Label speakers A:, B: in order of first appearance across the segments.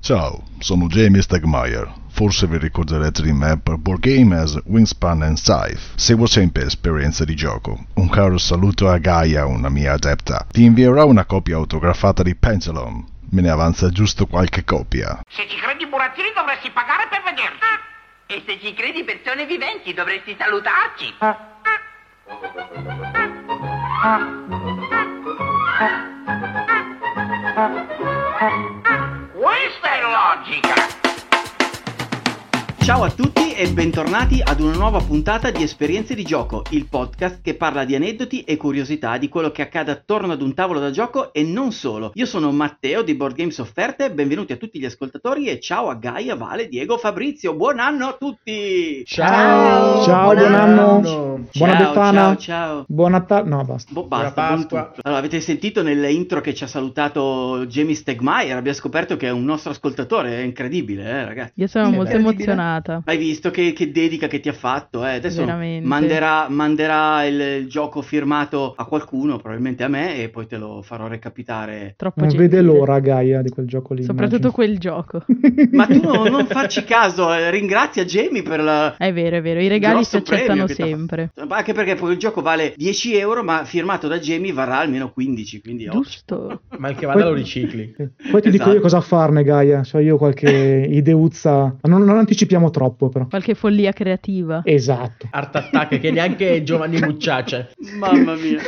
A: Ciao, sono Jamie Stegmaier. Forse vi ricorderete di me per board game as Wingspan and Scythe. Seguo sempre esperienze di gioco. Un caro saluto a Gaia, una mia adepta. Ti invierò una copia autografata di Pendulum. Me ne avanza giusto qualche copia.
B: Se ci credi burattini dovresti pagare per vederci.
C: E se ci credi persone viventi dovresti salutarci.
B: Ah. Questa è logica.
D: Ciao a tutti e bentornati ad una nuova puntata di Esperienze di gioco, il podcast che parla di aneddoti e curiosità di quello che accade attorno ad un tavolo da gioco e non solo. Io sono Matteo di Board Games Offerte, benvenuti a tutti gli ascoltatori e ciao a Gaia, Vale, Diego, Fabrizio, buon anno a tutti!
E: Ciao,
F: Ciao, buon anno. Buona
D: ciao,
F: Befana.
D: Ciao, ciao!
F: Buon Natale. No, basta.
D: Boh, basta,
E: Buona
D: buon
E: Pasqua.
D: tutto. Allora, avete sentito nell'intro che ci ha salutato Jamie Stegmaier? Abbiamo scoperto che è un nostro ascoltatore, è incredibile, eh, ragazzi.
G: Io sono
F: Sì,
G: molto
F: beh.
G: emozionata.
D: Hai visto che, che dedica che ti ha fatto? Eh? Adesso
G: Veramente.
D: manderà, manderà il, il gioco firmato a qualcuno, probabilmente a me, e poi te lo farò recapitare.
G: Troppo
F: Non
G: gentile.
F: vede l'ora, Gaia, di quel gioco lì.
G: Soprattutto quel gioco.
D: Ma tu no- non farci caso, eh, ringrazia Jamie per la...
G: È vero, è vero, i regali
D: Grosso
G: si accettano
D: premio che t'ha
G: sempre.
D: Anche perché poi il gioco vale 10 euro, ma firmato da Jamie varrà almeno 15, quindi ottimo.
G: Giusto.
E: Ma il che vada lo ricicli.
F: Poi ti dico
D: Esatto.
F: io cosa farne, Gaia. Cioè, io ho qualche ideuzza. Non, non anticipiamo troppo, però.
G: Qualche follia creativa.
F: Esatto.
E: Art Attack che neanche Giovanni Mucciaccia.
D: Mamma mia.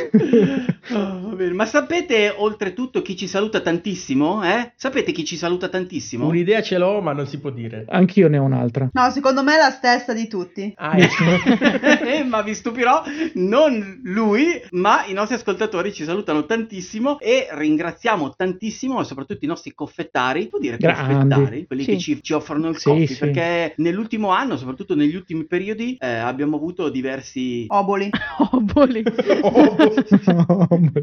D: Oh, va bene. Ma sapete oltretutto chi ci saluta tantissimo? Eh? Sapete chi ci saluta tantissimo?
E: Un'idea ce l'ho, ma non si può dire.
F: Anch'io ne ho un'altra.
H: No, secondo me è la stessa di tutti.
E: Ah, ecco.
D: Eh, ma vi stupirò, non lui, ma i nostri ascoltatori ci salutano tantissimo e ringraziamo tantissimo, soprattutto i nostri coffettari, vuol dire
F: Grandi.
D: coffettari, quelli
G: Sì.
D: che ci, ci offrono il
F: Sì,
D: coffee,
F: sì.
D: perché nell'ultimo anno, soprattutto negli ultimi periodi, eh, abbiamo avuto diversi...
H: Oboli.
G: Oboli.
E: Oh,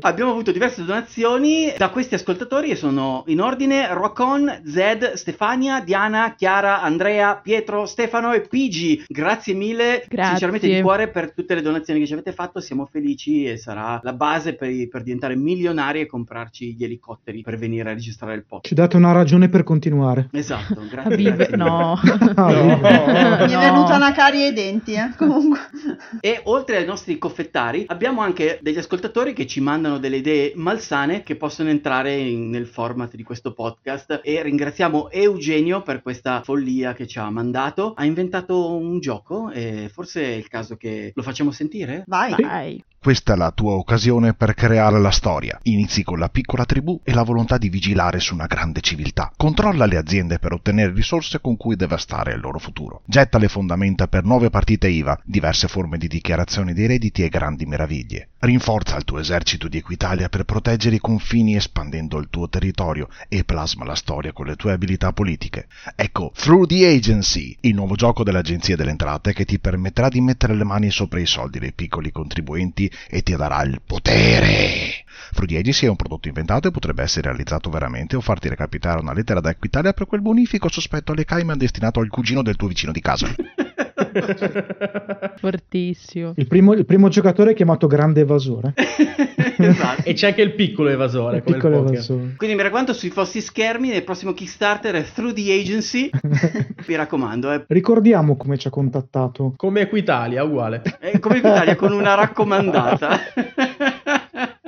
D: Abbiamo avuto diverse donazioni da questi ascoltatori e sono in ordine Rocon, Zed, Stefania, Diana, Chiara, Andrea, Pietro, Stefano e Pigi. Grazie mille,
G: Grazie.
D: sinceramente di cuore per tutte le donazioni che ci avete fatto, siamo felici e sarà la base per, per diventare milionari e comprarci gli elicotteri per venire a registrare il podcast.
F: Ci date una ragione per continuare.
D: Esatto, grazie.
G: Vive-
D: grazie.
G: No.
F: Ah,
E: No.
H: Mi è
G: No.
H: venuta una carie ai denti, eh. Comunque.
D: E oltre ai nostri coffettari abbiamo anche degli ascoltatori che ci mandano delle idee malsane che possono entrare in- nel format di questo podcast e ringraziamo Eugenio per questa follia che ci ha mandato. Ha inventato un gioco e forse è il caso che lo facciamo sentire?
H: Vai.
G: Vai.
A: Questa è la tua occasione per creare la storia. Inizi con la piccola tribù e la volontà di vigilare su una grande civiltà. Controlla le aziende per ottenere risorse con cui devastare il loro futuro. Getta le fondamenta per nuove partite IVA, diverse forme di dichiarazione dei redditi e grandi meraviglie. Rinforza il tuo esercito di Equitalia per proteggere i confini espandendo il tuo territorio e plasma la storia con le tue abilità politiche. Ecco, Through the Agency, il nuovo gioco dell'Agenzia delle Entrate che ti permetterà di mettere le mani sopra i soldi dei piccoli contribuenti e ti darà il potere. Through the Agency è un prodotto inventato e potrebbe essere realizzato veramente o farti recapitare una lettera da Equitalia per quel bonifico sospetto alle Cayman destinato al cugino del tuo vicino di casa.
G: Fortissimo.
F: Il primo, il primo giocatore è chiamato Grande Evasore.
D: esatto.
E: e c'è anche il piccolo evasore, come il
F: Piccolo
E: poker.
F: Evasore.
D: Quindi mi raccomando sui vostri schermi nel prossimo Kickstarter è Through the Agency. Mi raccomando, eh.
F: Ricordiamo come ci ha contattato.
E: Come Equitalia, uguale.
D: È Eh, come in Italia con una raccomandata.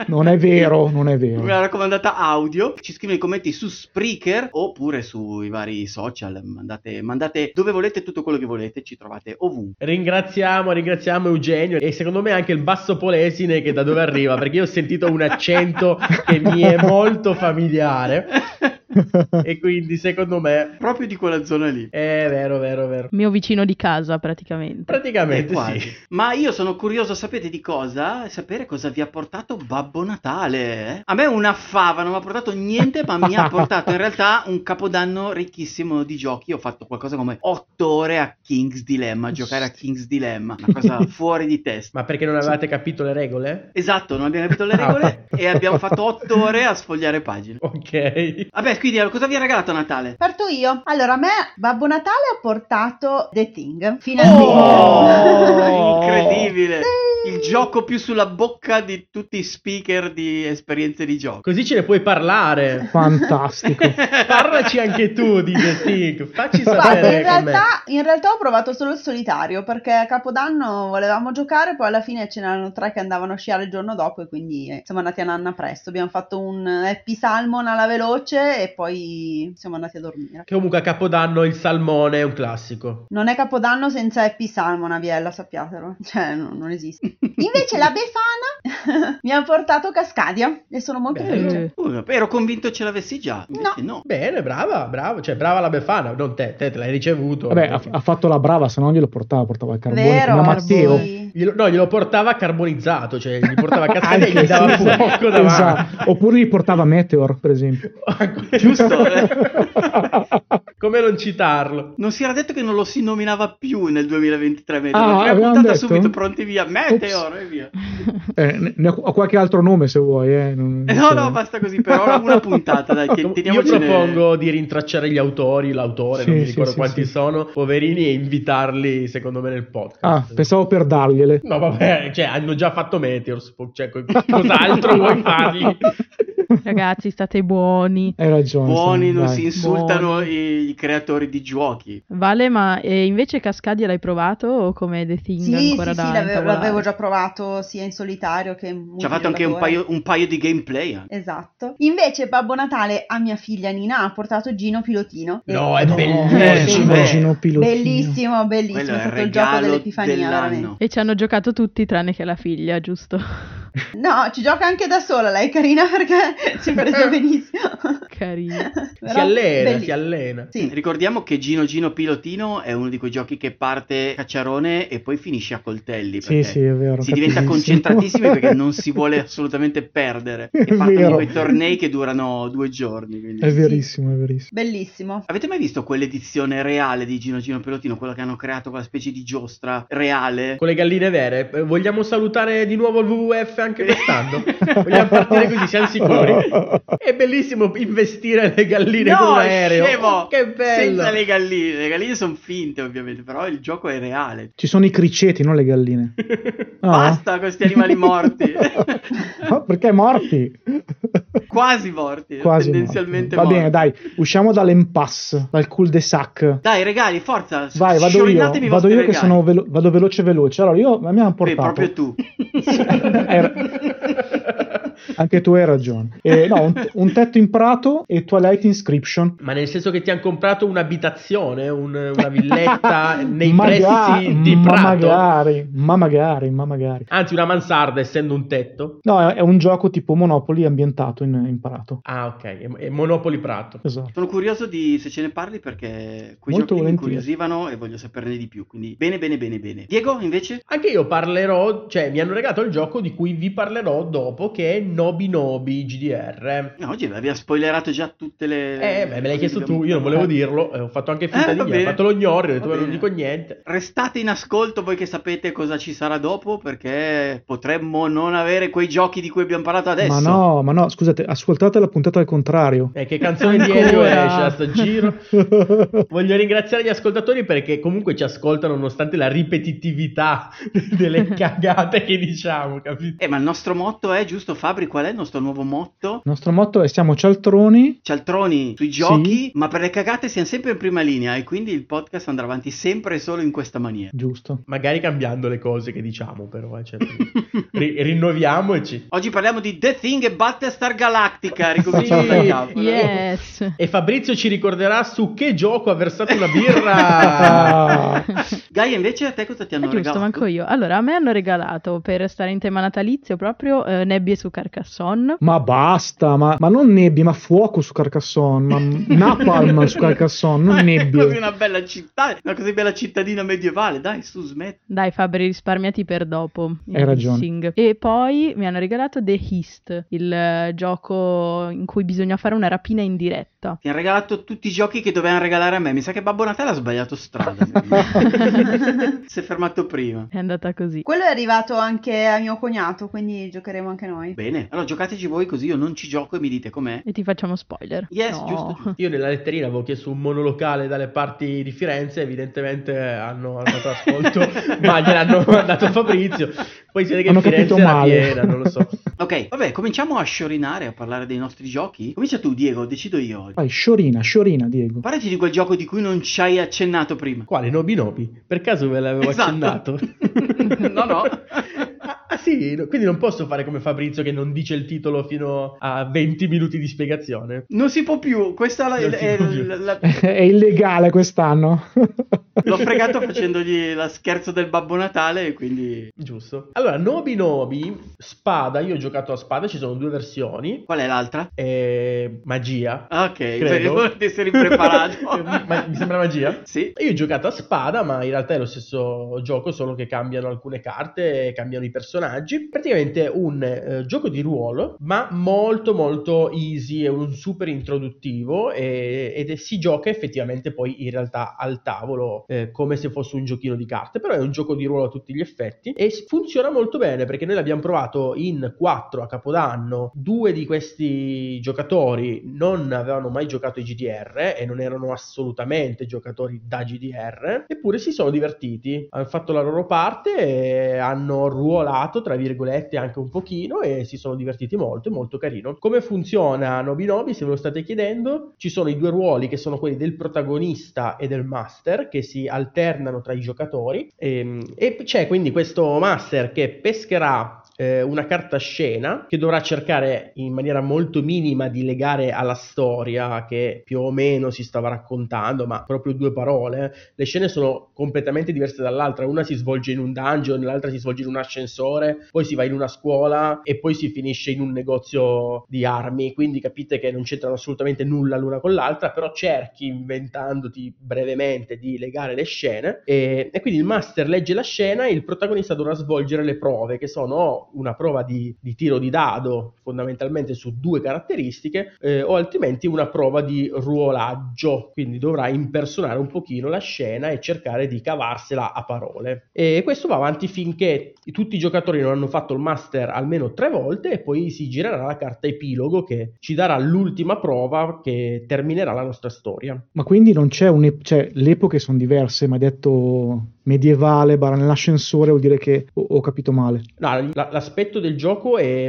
F: Non è vero, non è vero.
D: Una raccomandata audio, ci scrivono i commenti su Spreaker oppure sui vari social, mandate, mandate dove volete tutto quello che volete, ci trovate ovunque.
E: Ringraziamo, ringraziamo Eugenio e secondo me anche il basso polesine che da dove arriva, perché io ho sentito un accento che mi è molto familiare e quindi secondo me
D: Proprio di quella zona lì.
E: è vero, vero, vero.
G: Mio vicino di casa, praticamente.
D: Eh,
E: Praticamente
D: quasi.
E: sì.
D: Ma io sono curioso, sapete di cosa? Sapere cosa vi ha portato Babbo Natale. eh? A me una fava, non mi ha portato niente, ma mi ha portato in realtà un capodanno ricchissimo di giochi. Ho fatto qualcosa come 8 ore a King's Dilemma, a giocare a King's Dilemma, una cosa fuori di testa.
E: Ma perché non avevate capito le regole?
D: Esatto, non abbiamo capito le regole e abbiamo fatto otto ore a sfogliare pagine.
E: Ok.
D: Vabbè, quindi allora, cosa vi ha regalato a Natale?
H: Parto io. Allora, a me Babbo Natale ha portato The Thing.
D: Oh!
H: Finalmente.
E: Oh!
D: Incredibile!
H: Sì,
D: il gioco più sulla bocca di tutti i speaker di esperienze di gioco.
E: Così ce ne puoi parlare.
F: Fantastico.
E: Parlaci anche tu di The Thing, facci
H: Guarda,
E: sapere com'è.
H: in realtà, in realtà ho provato solo il solitario perché a Capodanno volevamo giocare, poi alla fine ce n'erano tre che andavano a sciare il giorno dopo e quindi eh, siamo andati a nanna presto. Abbiamo fatto un happy salmon alla veloce e poi siamo andati a dormire.
E: Che comunque a Capodanno il salmone è un classico.
H: Non è Capodanno senza happy salmon a Biella, sappiatelo. Cioè, no- non esiste. Invece la Befana mi ha portato Cascadia e sono molto
E: Beh,
H: felice.
G: Eh,
D: Uh, ero convinto ce l'avessi già. Invece no.
E: Bene, brava, brava, cioè brava la Befana, non te, te, te l'hai ricevuto.
F: Vabbè, ha, ha fatto la brava, se no glielo portava, portava il carbone.
H: Vero?
F: Ma Matteo,
H: sì.
E: Glielo- no, glielo portava carbonizzato, cioè gli portava cascata e
F: Anche,
E: gli dava
F: sì,
E: fuoco davanti.
F: esatto. Oppure gli portava Meteor, per esempio.
D: Giusto?
F: eh.
E: Come non citarlo?
D: Non si era detto che non lo si nominava più nel 2023 Meteor.
F: Ah,
D: L'abbiamo
F: avevamo
D: puntata
F: detto?
D: subito pronti via. Meteor e via.
F: Eh, ne- ne ho, ho qualche altro nome se vuoi. eh, non-
D: Eh, no, no, basta così, per ora una puntata, dai, che-
E: Io
D: teniamocene-
E: propongo di rintracciare gli autori, l'autore,
F: Sì,
E: non mi
F: sì,
E: ricordo
F: sì,
E: quanti
F: sì.
E: sono, poverini, e invitarli secondo me nel podcast.
F: Ah, pensavo per dargliele.
E: No, vabbè, cioè hanno già fatto Meteors, po- cioè, co- cos'altro vuoi fargli?
G: Ragazzi, state buoni.
F: Hai ragione.
D: Buoni,
F: Sam,
D: non
F: dai.
D: si insultano i, i creatori di giochi.
G: Vale, ma eh, invece Cascadia l'hai provato o come The Thing
H: Sì,
G: ancora
H: sì,
G: da
H: sì, l'avevo,
G: intavolare?
H: l'avevo già provato sia in solitario che in
D: Ci ha fatto anche un
H: multigiocatore.
D: paio, un paio di gameplay. anche.
H: Esatto. Invece Babbo Natale a mia figlia Nina ha portato Gino Pilotino. E-
E: No, è
F: No,
E: bellissimo.
D: eh,
F: Gino Pilotino.
H: Bellissimo, bellissimo,
D: Quello
H: è
D: è il
H: stato il gioco
D: regalo
H: dell'epifania,
D: dell'anno.
H: veramente.
G: E ci hanno giocato tutti tranne che la figlia, giusto?
H: No, ci gioca anche da sola, lei è carina perché si è presa benissimo.
G: Carino.
E: Si
H: Però
E: allena, si
H: bellissimo.
E: allena.
H: Sì.
D: Mm, Ricordiamo che Gino Gino Pilotino è uno di quei giochi che parte cacciarone e poi finisce a coltelli.
F: Sì,
D: perché
F: sì, è vero.
D: Eh. Si diventa
F: cattivissimo.
D: concentratissimi perché non si vuole assolutamente perdere.
F: È
D: E partono
F: vero.
D: quei tornei che durano due giorni. quindi-
F: È verissimo, è verissimo.
H: Bellissimo.
D: Avete mai visto quell'edizione reale di Gino Gino Pelotino, quella che hanno creato quella specie di giostra reale?
E: Con le galline vere, eh, vogliamo salutare di nuovo il WWF anche quest'anno? Vogliamo partire così, siamo sicuri? È bellissimo investire le galline con un aereo.
D: scemo!
F: Oh,
E: Che bello!
D: Senza le galline, le galline sono finte ovviamente, però il gioco è reale.
F: Ci sono i criceti, non le galline. Ah.
D: Basta con questi animali morti.
F: No, perché morti?
D: Quasi morti,
F: Quasi
D: tendenzialmente
F: morti. Va bene,
D: morti.
F: dai, usciamo dall'impasse, dal cul-de-sac.
D: Dai, regali, forza.
F: Vai, vado io,
D: sciorinatemi i
F: vado
D: vostri
F: io che
D: regali.
F: sono velo- vado veloce veloce. Allora, io a me hanno
D: Beh,
F: portato...
D: proprio tu.
F: Era- Anche tu hai ragione. Eh, no, un, un tetto in prato e Twilight Inscription.
E: Ma nel senso che ti hanno comprato un'abitazione, un- una villetta nei
F: Maga-
E: pressi di
F: ma
E: Prato?
F: magari, ma magari, ma magari.
E: Anzi, una mansarda, essendo un tetto.
F: No, è, è un gioco tipo Monopoly ambientato in, in prato.
E: Ah, ok, è- è Monopoli Prato.
F: Esatto.
D: Sono curioso di se ce ne parli perché quei giochi
F: Molto
D: mi
F: volentieri.
D: incuriosivano e voglio saperne di più. Quindi bene, bene, bene, bene. Diego, invece?
E: Anche io parlerò, cioè mi hanno regalato il gioco di cui vi parlerò dopo, che è Nobi Nobi GDR.
D: No, oggi abbiamo spoilerato già tutte le...
E: Eh, beh, me l'hai
D: cose
E: chiesto
D: che
E: tu,
D: abbiamo-
E: io non volevo dirlo, eh, ho fatto anche finta
D: Eh,
E: di
D: va
E: niente, ho
D: bene.
E: fatto lo gnori, ho detto
D: Va
E: "Beh, non
D: bene.
E: dico niente.
D: Restate in ascolto voi che sapete cosa ci sarà dopo perché potremmo non avere quei giochi di cui abbiamo parlato adesso.
F: Ma no, ma no, scusate, ascoltate la puntata al contrario.
E: Eh, che canzone
F: Ecco
E: di
G: Ancora.
E: Elio esce a sto giro? Voglio ringraziare gli ascoltatori perché comunque ci ascoltano nonostante la ripetitività delle cagate che diciamo, capito?
D: Eh, ma il nostro motto è, giusto Fabri, qual è il nostro nuovo motto?
F: Il nostro motto è siamo cialtroni.
D: Cialtroni sui giochi,
F: Sì.
D: ma per le cagate siamo sempre in prima linea e quindi il podcast andrà avanti sempre e solo in questa maniera.
F: Giusto.
E: Magari cambiando le cose che diciamo però, eh, cioè, ri- rinnoviamoci.
D: Oggi parliamo di The Thing e Battlestar Galactica, ricominciamo
E: Sì,
D: da capo.
G: Yes.
E: E Fabrizio ci ricorderà su che gioco ha versato una birra.
F: Ah,
D: Gaia, invece a te cosa ti
G: È
D: hanno
G: Eh, giusto,
D: regalato?
G: manco io. Allora, a me hanno regalato, per stare in tema natalizio, proprio eh, Nebbie su Carcassonne.
F: ma basta, ma, ma non nebbie, ma fuoco su Carcassonne, ma napalm su Carcassonne,
D: Ma
F: non
D: È così
F: nebbie.
D: una bella città, una così bella cittadina medievale, dai, su smetti.
G: Dai Fabri, risparmiati per dopo. il
F: Hai ragione.
G: dissing. E poi mi hanno regalato The Heist, il eh, gioco in cui bisogna fare una rapina in diretta.
D: Ti hanno regalato tutti i giochi che dovevano regalare a me. Mi sa che Babbo Natale ha sbagliato strada. si è fermato prima.
G: È andata così.
H: Quello è arrivato anche a mio cognato, quindi giocheremo anche noi.
D: Bene, bene. Allora giocateci voi così io non ci gioco e mi dite com'è.
G: E ti facciamo spoiler.
D: Yes,
G: No.
D: giusto, giusto.
E: Io nella letterina avevo chiesto un monolocale dalle parti di Firenze, evidentemente eh, hanno andato ascolto, ma gliel'hanno mandato Fabrizio. Poi si vede che
F: Hanno
E: Firenze
F: capito
E: era
F: male.
E: piena, non lo so.
D: Ok, vabbè, cominciamo a sciorinare, a parlare dei nostri giochi. Comincia tu, Diego, decido io.
F: Vai, sciorina, sciorina, Diego.
D: Parlaci di quel gioco di cui non ci hai accennato prima.
E: Quale? Nobi Nobi? Per caso ve l'avevo
D: Esatto.
E: accennato?
D: No, no.
E: Ah, ah, sì, no, quindi non posso fare come Fabrizio che non dice il titolo fino a 20 minuti di spiegazione.
D: Non si può più, questa è la-
E: Non si
D: è
E: può
D: la-
E: più.
D: la-
F: È illegale quest'anno.
D: l'ho fregato facendogli la scherzo del Babbo Natale e quindi...
E: Giusto. Allora, Nobi Nobi, spada, io ho giocato a spada, ci sono due versioni.
D: Qual è l'altra?
E: E... Magia.
D: Ok,
E: credo.
D: credo di essere impreparato.
E: Ma- mi sembra magia?
D: Sì.
E: Io ho giocato a spada, ma in realtà è lo stesso gioco, solo che cambiano alcune carte, cambiano i personaggi. Praticamente un eh, gioco di ruolo, ma molto molto easy, è un super introduttivo e- ed è- si gioca effettivamente poi in realtà al tavolo eh, come se fosse un giochino di carte, però è un gioco di ruolo a tutti gli effetti e s- funziona molto bene perché noi l'abbiamo provato in 4 a Capodanno, due di questi giocatori non avevano mai giocato i GDR e non erano assolutamente giocatori da GDR, eppure si sono divertiti, hanno fatto la loro parte, e hanno ruolato tra virgolette anche un pochino e si sono divertiti molto, è molto carino. Come funziona Nobi Nobi, se ve lo state chiedendo, ci sono i due ruoli che sono quelli del protagonista e del master che si alternano tra i giocatori Ehm, e, c'è quindi questo master che pescherà eh, una carta scena che dovrà cercare in maniera molto minima di legare alla storia che più o meno si stava raccontando, ma proprio due parole. Le scene sono completamente diverse dall'altra, una si svolge in un dungeon, l'altra si svolge in un ascensore, poi si va in una scuola e poi si finisce in un negozio di armi, quindi capite che non c'entrano assolutamente nulla l'una con l'altra, però cerchi inventandoti brevemente di legare le scene e, e quindi il master legge la scena e il protagonista dovrà svolgere le prove che sono una prova di, di tiro di dado fondamentalmente su due caratteristiche eh, o altrimenti una prova di ruolaggio quindi dovrà impersonare un pochino la scena e cercare di cavarsela a parole e questo va avanti finché tutti i giocatori non hanno fatto il master almeno tre volte e poi si girerà la carta epilogo che ci darà l'ultima prova che terminerà la nostra storia
F: Ma quindi non c'è un... Cioè, le epoche sono diverse, ma hai detto medievale, barra nell'ascensore, vuol dire che ho, ho capito male.
E: No, la- l'aspetto del gioco è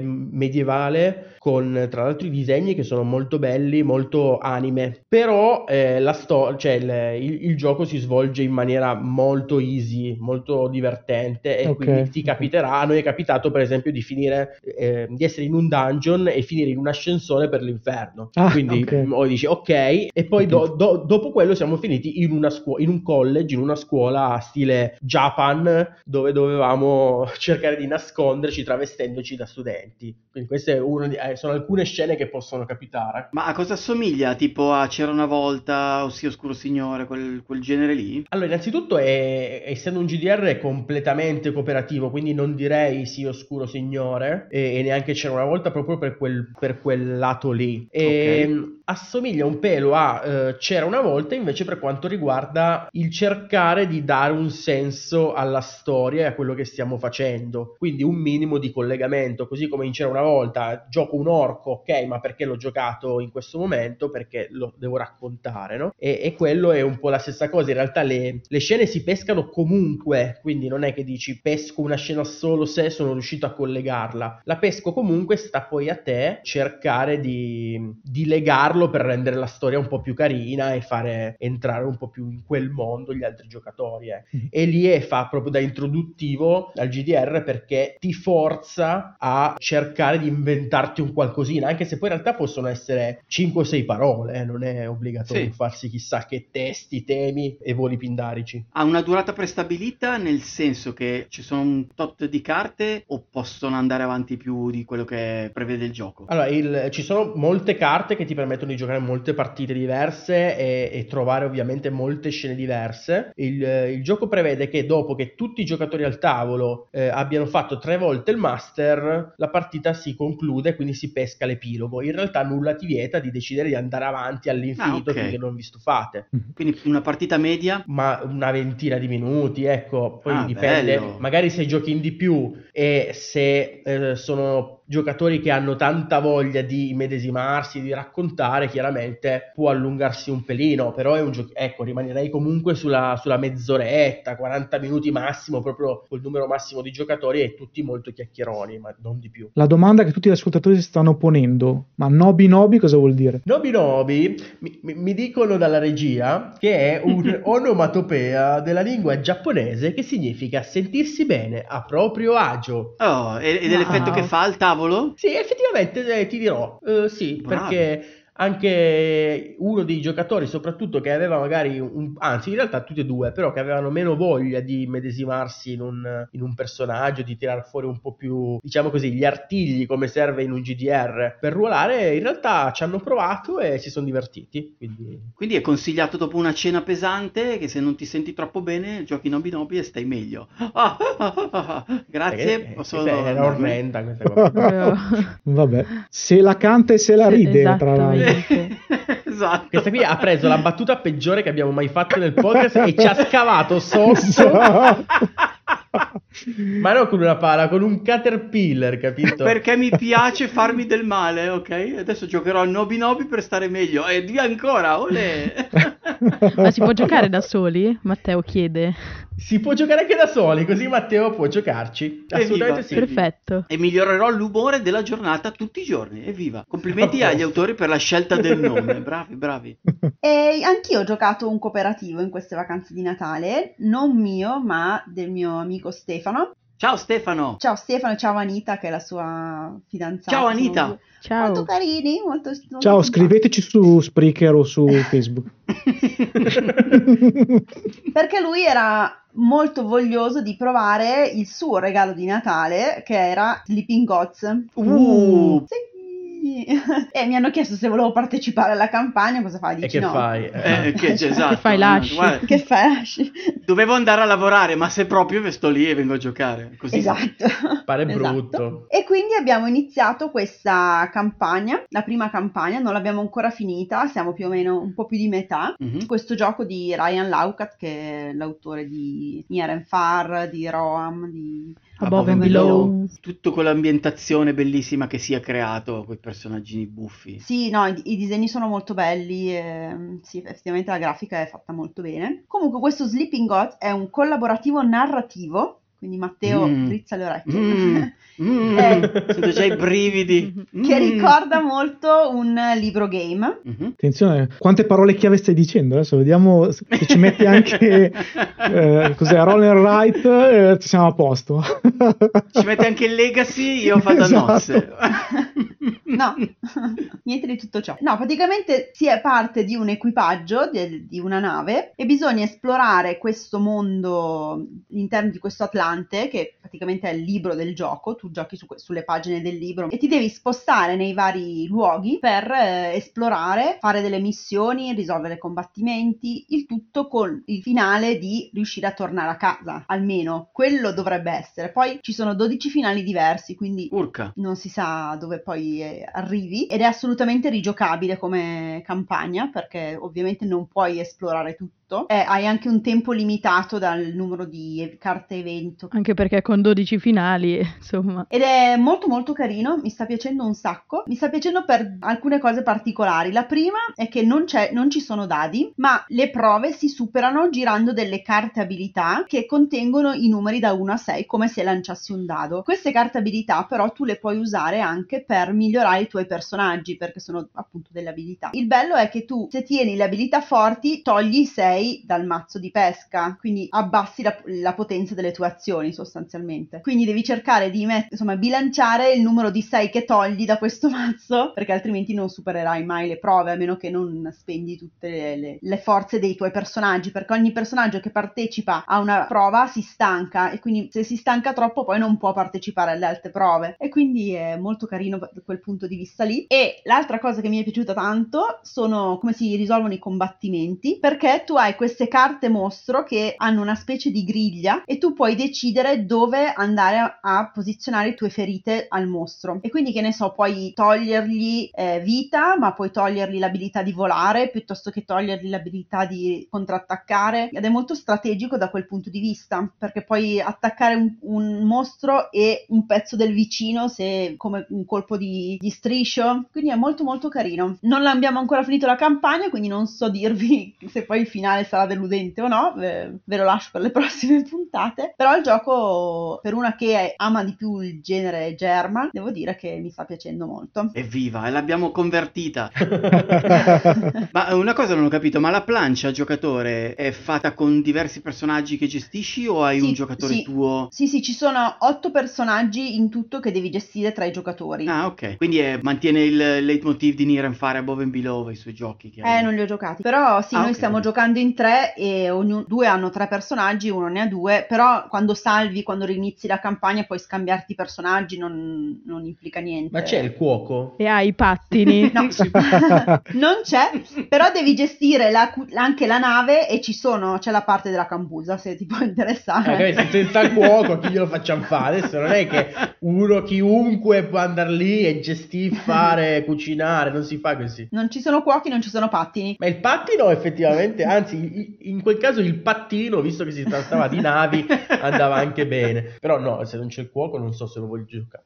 E: medievale, con tra l'altro i disegni che sono molto belli, molto anime. Però eh, la sto- cioè, il, il- il gioco si svolge in maniera molto easy, molto divertente. E
F: Ok,
E: quindi ti
F: ok.
E: capiterà. A noi è capitato, per esempio, di finire eh, di essere in un dungeon e finire in un ascensore per l'inferno.
F: Ah,
E: quindi
F: ok.
E: o dici ok, e poi do- do- dopo quello siamo finiti in, una scuo- in un college, in una scuola stile Japan, dove dovevamo cercare di nasconderci travestendoci da studenti. Quindi queste è uno di- eh, sono alcune scene che possono capitare.
D: Ma a cosa assomiglia? Tipo a C'era una volta, o Sì, Oscuro Signore, quel, quel genere lì?
E: Allora, innanzitutto, è- essendo un GDR è completamente cooperativo, quindi non direi sì, oscuro signore, e, e neanche c'era una volta proprio per quel, per quel lato lì. E, mh, Assomiglia un pelo a eh, c'era una volta, invece, per quanto riguarda il cercare di dare un senso alla storia e a quello che stiamo facendo, quindi un minimo di collegamento, così come in c'era una volta, gioco un orco, ok, ma perché l'ho giocato in questo momento? Perché lo devo raccontare, no? E, e quello è un po' la stessa cosa, in realtà le, le scene si pescano comunque, quindi non è che dici pesco una scena solo se sono riuscito a collegarla, la pesco comunque, sta poi a te cercare di, di legarlo per rendere la storia un po' più carina e fare entrare un po' più in quel mondo gli altri giocatori. ecco e lì è fa proprio da introduttivo al GDR perché ti forza a cercare di inventarti un qualcosina, anche se poi in realtà possono essere 5 o 6 parole, eh, non è obbligatorio
D: Sì.
E: farsi chissà che testi, temi e voli pindarici.
D: Ha una durata prestabilita nel senso che ci sono un tot di carte o possono andare avanti più di quello che prevede il gioco?
E: Allora, il- ci sono molte carte che ti permettono di giocare molte partite diverse e, e trovare ovviamente molte scene diverse. Il, il gioco prevede che dopo che tutti i giocatori al tavolo eh, abbiano fatto tre volte il master, la partita si conclude, quindi si pesca l'epilogo. In realtà nulla ti vieta di decidere di andare avanti all'infinito
D: Ah, ok.
E: finché non vi stufate
D: Quindi una partita media?
E: ma una ventina di minuti, ecco, poi
D: Ah,
E: dipende,
D: bello.
E: magari se giochi in di più e se eh, sono giocatori che hanno tanta voglia di immedesimarsi, di raccontare, chiaramente può allungarsi un pelino, però è un gioco, ecco, rimanerei comunque sulla, sulla mezz'oretta, 40 minuti massimo, proprio col numero massimo di giocatori e tutti molto chiacchieroni, ma non di più.
F: La domanda che tutti gli ascoltatori si stanno ponendo, ma Nobi Nobi cosa vuol dire?
E: Nobi Nobi mi, mi- mi dicono dalla regia che è un'onomatopea della lingua giapponese che significa sentirsi bene a proprio agio.
D: Oh, e, e dell'effetto
G: Wow.
D: che fa al tavolo?
E: Sì, effettivamente eh, ti dirò, eh, sì,
D: Bravo.
E: perché anche uno dei giocatori, soprattutto che aveva magari, un, anzi in realtà tutti e due, però che avevano meno voglia di medesimarsi in un, in un personaggio, di tirar fuori un po' più, diciamo così, gli artigli come serve in un GDR per ruolare, in realtà ci hanno provato e si sono divertiti, quindi...
D: Quindi è consigliato dopo una cena pesante che se non ti senti troppo bene giochi Nobi Nobi e stai meglio. Ah, ah, ah, ah, ah. Grazie,
E: Eh,
D: posso...
E: questa era orrenda questa cosa.
F: Vabbè, se la canta e se la
G: Sì,
F: ride, tra
G: esattamente.
F: l'altro.
D: esatto.
E: Questa qui ha preso la battuta peggiore che abbiamo mai fatto nel podcast e ci ha scavato sotto. Ma non con una pala, con un caterpillar, capito?
D: Perché mi piace farmi del male, ok? Adesso giocherò a Nobi Nobi per stare meglio. E di ancora, olè!
G: Ma si può giocare da soli? Matteo chiede.
E: Si può giocare anche da soli, così Matteo può giocarci.
D: Evviva.
E: Assolutamente sì.
G: Perfetto.
D: e migliorerò l'umore della giornata tutti i giorni. Evviva! Complimenti
E: Oh.
D: agli autori per la scelta del nome. Bravi, bravi.
H: E anch'io ho giocato un cooperativo in queste vacanze di Natale, non mio, ma del mio amico Stefano.
D: Ciao Stefano!
H: Ciao Stefano, e ciao Anita, che è la sua fidanzata.
D: Ciao, Anita.
H: Sono due- Molto
G: Ciao.
H: carini, molto...
F: Ciao, scriveteci su Spreaker o su Facebook.
H: Perché lui era molto voglioso di provare il suo regalo di Natale, che era Sleeping Gods.
D: Uh.
H: Sì. E mi hanno chiesto se volevo partecipare alla campagna, cosa fai?
E: E
H: Dici
E: che
H: no.
E: fai?
D: Eh, che,
H: Che
D: esatto.
G: fai, lasci?
D: Guarda,
H: Che fai?
D: dovevo andare a lavorare, ma se proprio io sto lì e vengo a giocare. Così.
H: Esatto.
E: Pare
H: Esatto.
E: brutto.
H: E quindi abbiamo iniziato questa campagna, la prima campagna, non l'abbiamo ancora finita, siamo più o meno un po' più di metà.
D: Mhm.
H: Questo gioco di Ryan Laukat, che è l'autore di Nier and Far, di Roam, di...
G: Above and
H: below.
G: below.
D: Tutto con l'ambientazione bellissima che si è creato, quei personaggini buffi.
H: Sì, no, i, i disegni sono molto belli, ehm, sì, effettivamente la grafica è fatta molto bene. Comunque questo Sleeping God è un collaborativo narrativo, quindi Matteo
D: Mm.
H: rizza le orecchie.
D: Mm, mm,
H: Eh.
D: Sento già i brividi.
H: Che
D: Mm.
H: ricorda molto un libro game,
D: Mhm.
F: Attenzione, quante parole chiave stai dicendo? Adesso vediamo se ci metti anche eh, cos'è, roll and write, eh, ci siamo a posto.
D: Ci mette anche il legacy, io vado
F: Esatto.
D: a nozze.
H: No, niente di tutto ciò. No, praticamente si è parte di un equipaggio del- di una nave e bisogna esplorare questo mondo all'interno di questo Atlante, che praticamente è il libro del gioco. Tu giochi su que- sulle pagine del libro e ti devi spostare nei vari luoghi per eh, esplorare, fare delle missioni, risolvere combattimenti, il tutto con il finale di riuscire a tornare a casa. Almeno quello dovrebbe essere. Poi ci sono 12 finali diversi, quindi
D: Urca.
H: non si sa dove poi eh, arrivi ed è assolutamente rigiocabile come campagna perché ovviamente non puoi esplorare tutto Eh, hai anche un tempo limitato dal numero di e- carte evento
G: Anche perché con 12 finali, insomma.
H: ed è molto molto carino, mi sta piacendo un sacco, mi sta piacendo per alcune cose particolari. La prima è che non, c'è, non ci sono dadi, ma le prove si superano girando delle carte abilità che contengono i numeri da 1 a 6 come se lanciassi un dado. Queste carte abilità però tu le puoi usare anche per migliorare i tuoi personaggi perché sono appunto delle abilità. Il bello è che tu se tieni le abilità forti togli i 6 dal mazzo di pesca, quindi abbassi la, la potenza delle tue azioni sostanzialmente. Quindi devi cercare di met- insomma, bilanciare il numero di 6 che togli da questo mazzo perché altrimenti non supererai mai le prove a meno che non spendi tutte le, le- le forze dei tuoi personaggi perché ogni personaggio che partecipa a una prova si stanca e quindi se si stanca troppo poi non può partecipare alle altre prove e quindi è molto carino da quel punto di vista lì e l'altra cosa che mi è piaciuta tanto sono come si risolvono i combattimenti perché tu hai hai queste carte mostro che hanno una specie di griglia e tu puoi decidere dove andare a, a posizionare le tue ferite al mostro. E quindi, che ne so, puoi togliergli eh, vita, ma puoi togliergli l'abilità di volare piuttosto che togliergli l'abilità di contrattaccare. Ed è molto strategico da quel punto di vista, perché puoi attaccare un, un mostro e un pezzo del vicino se come un colpo di, di striscio. Quindi è molto molto carino. Non abbiamo ancora finito la campagna, quindi non so dirvi se poi il finale sarà deludente o no, ve, ve lo lascio per le prossime puntate. Però il gioco, per una che è- ama di più il genere German, devo dire che mi sta piacendo molto.
D: Evviva, e l'abbiamo convertita. Ma eh, una cosa non ho capito, ma la plancia giocatore è fatta con diversi personaggi che gestisci o hai
H: Sì,
D: un giocatore
H: sì.
D: tuo?
H: Sì, sì, ci sono otto personaggi in tutto che devi gestire tra i giocatori.
D: Ah, ok. Quindi eh, mantiene il leitmotiv di Nier and Fire Above and Below i suoi giochi. Che
H: Eh, non li ho giocati. Però sì,
D: Ah,
H: noi
D: ok.
H: stiamo giocando in tre e ognuno, due hanno tre personaggi, uno ne ha due. Però quando salvi, quando rinizi la campagna, puoi scambiarti i personaggi, non, non implica niente.
E: Ma c'è il cuoco?
G: E hai i pattini.
H: No, non c'è, però devi gestire la cu- anche la nave e ci sono, c'è la parte della cambusa se ti può
E: Eh,
H: interessare.
E: capito? senza il cuoco chi glielo facciamo fare? Adesso non è che uno, chiunque può andare lì e gestire, fare, cucinare, non si fa così.
H: Non ci sono cuochi, non ci sono pattini.
E: Ma il pattino effettivamente, anzi i- in quel caso il pattino, visto che si trattava di navi, andava anche bene. Però no, se non c'è il cuoco non so se lo voglio giocare.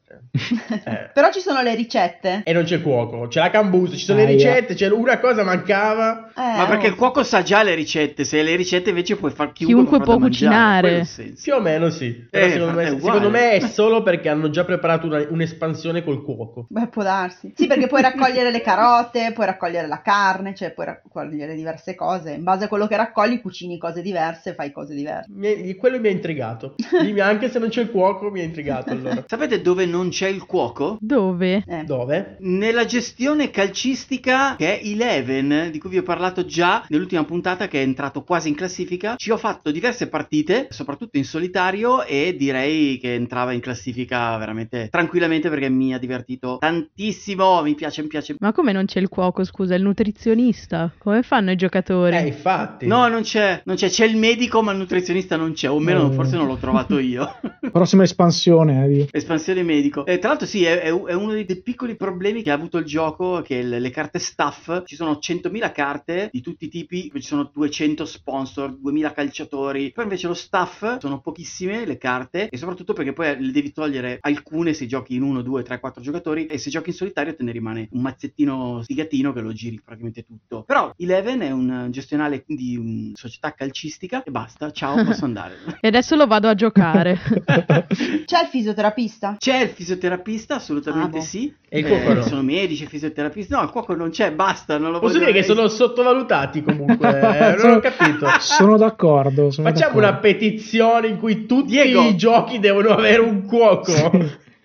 E: Eh.
H: Però ci sono le ricette.
E: E non c'è il cuoco, c'è la cambusa, ci sono le
F: Aia.
E: ricette, c'è una cosa mancava.
H: Eh,
D: Ma perché il cuoco sa già le ricette, se le ricette invece puoi far chiunque,
G: Chiunque
D: farlo
G: può
D: mangiare,
G: cucinare.
D: quello è il senso.
E: Più o meno sì, però
D: Eh,
E: secondo,
D: è
E: me,
D: uguale.
E: secondo me è solo perché hanno già preparato una- un'espansione col cuoco.
H: Beh, può darsi. Sì, perché puoi raccogliere le carote, puoi raccogliere la carne, cioè puoi raccogliere diverse cose. In base a quello che raccogli, cucini cose diverse, fai cose diverse.
E: Mi- quello mi ha intrigato. Dimmi, anche se non c'è il cuoco, mi ha intrigato allora.
D: Sapete dove non c'è il cuoco?
G: Dove?
H: Eh.
E: Dove?
D: Nella gestione calcistica che è Eleven, di cui vi ho parlato già nell'ultima puntata che è entrato quasi in classifica, ci ho fatto diverse partite, soprattutto in solitario e direi che entrava in classifica veramente tranquillamente perché mi ha divertito tantissimo, mi piace, mi piace.
G: Ma come non c'è il cuoco, scusa, il nutrizionista? Come fanno i giocatori?
E: Eh, infatti.
D: No, non c'è, non c'è, c'è il medico ma il nutrizionista non c'è, o meno
F: Mm.
D: forse non l'ho trovato io.
F: Prossima espansione. eh, di-
D: Espansione medico. Eh, tra l'altro, sì, è, è u- è uno dei, dei piccoli problemi che ha avuto il gioco. Che le, le carte staff ci sono 100.000 carte di tutti i tipi, ci sono 200 sponsor, 2.000 calciatori. Poi invece lo staff sono pochissime le carte, e soprattutto perché poi le devi togliere alcune se giochi in 1, 2, 3, 4 giocatori. E se giochi in solitario te ne rimane un mazzettino sfigatino che lo giri praticamente tutto. Però Eleven è un gestionale di mm, società calcistica e basta. Ciao, posso andare.
G: E adesso lo vado a
E: Eh,
G: giocare.
H: C'è il fisioterapista?
D: C'è il fisioterapista, assolutamente
H: Ah, boh.
D: sì. Eh,
E: E il cuoco no?
D: Sono medici, fisioterapisti. No, il cuoco non c'è, basta, non lo
E: Posso
D: voglio
E: dire che
D: vedere.
E: sono sottovalutati comunque, eh, non ho capito.
F: Sono d'accordo. sono
E: Facciamo
F: d'accordo.
E: una petizione in cui tutti
D: Diego.
E: i giochi devono avere un cuoco.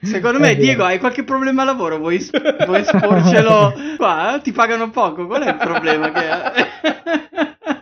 D: Secondo
F: È
D: me,
F: vero.
D: Diego, hai qualche problema a lavoro? Vuoi, s- vuoi sporcelo qua? eh? Ti pagano poco, qual è il problema che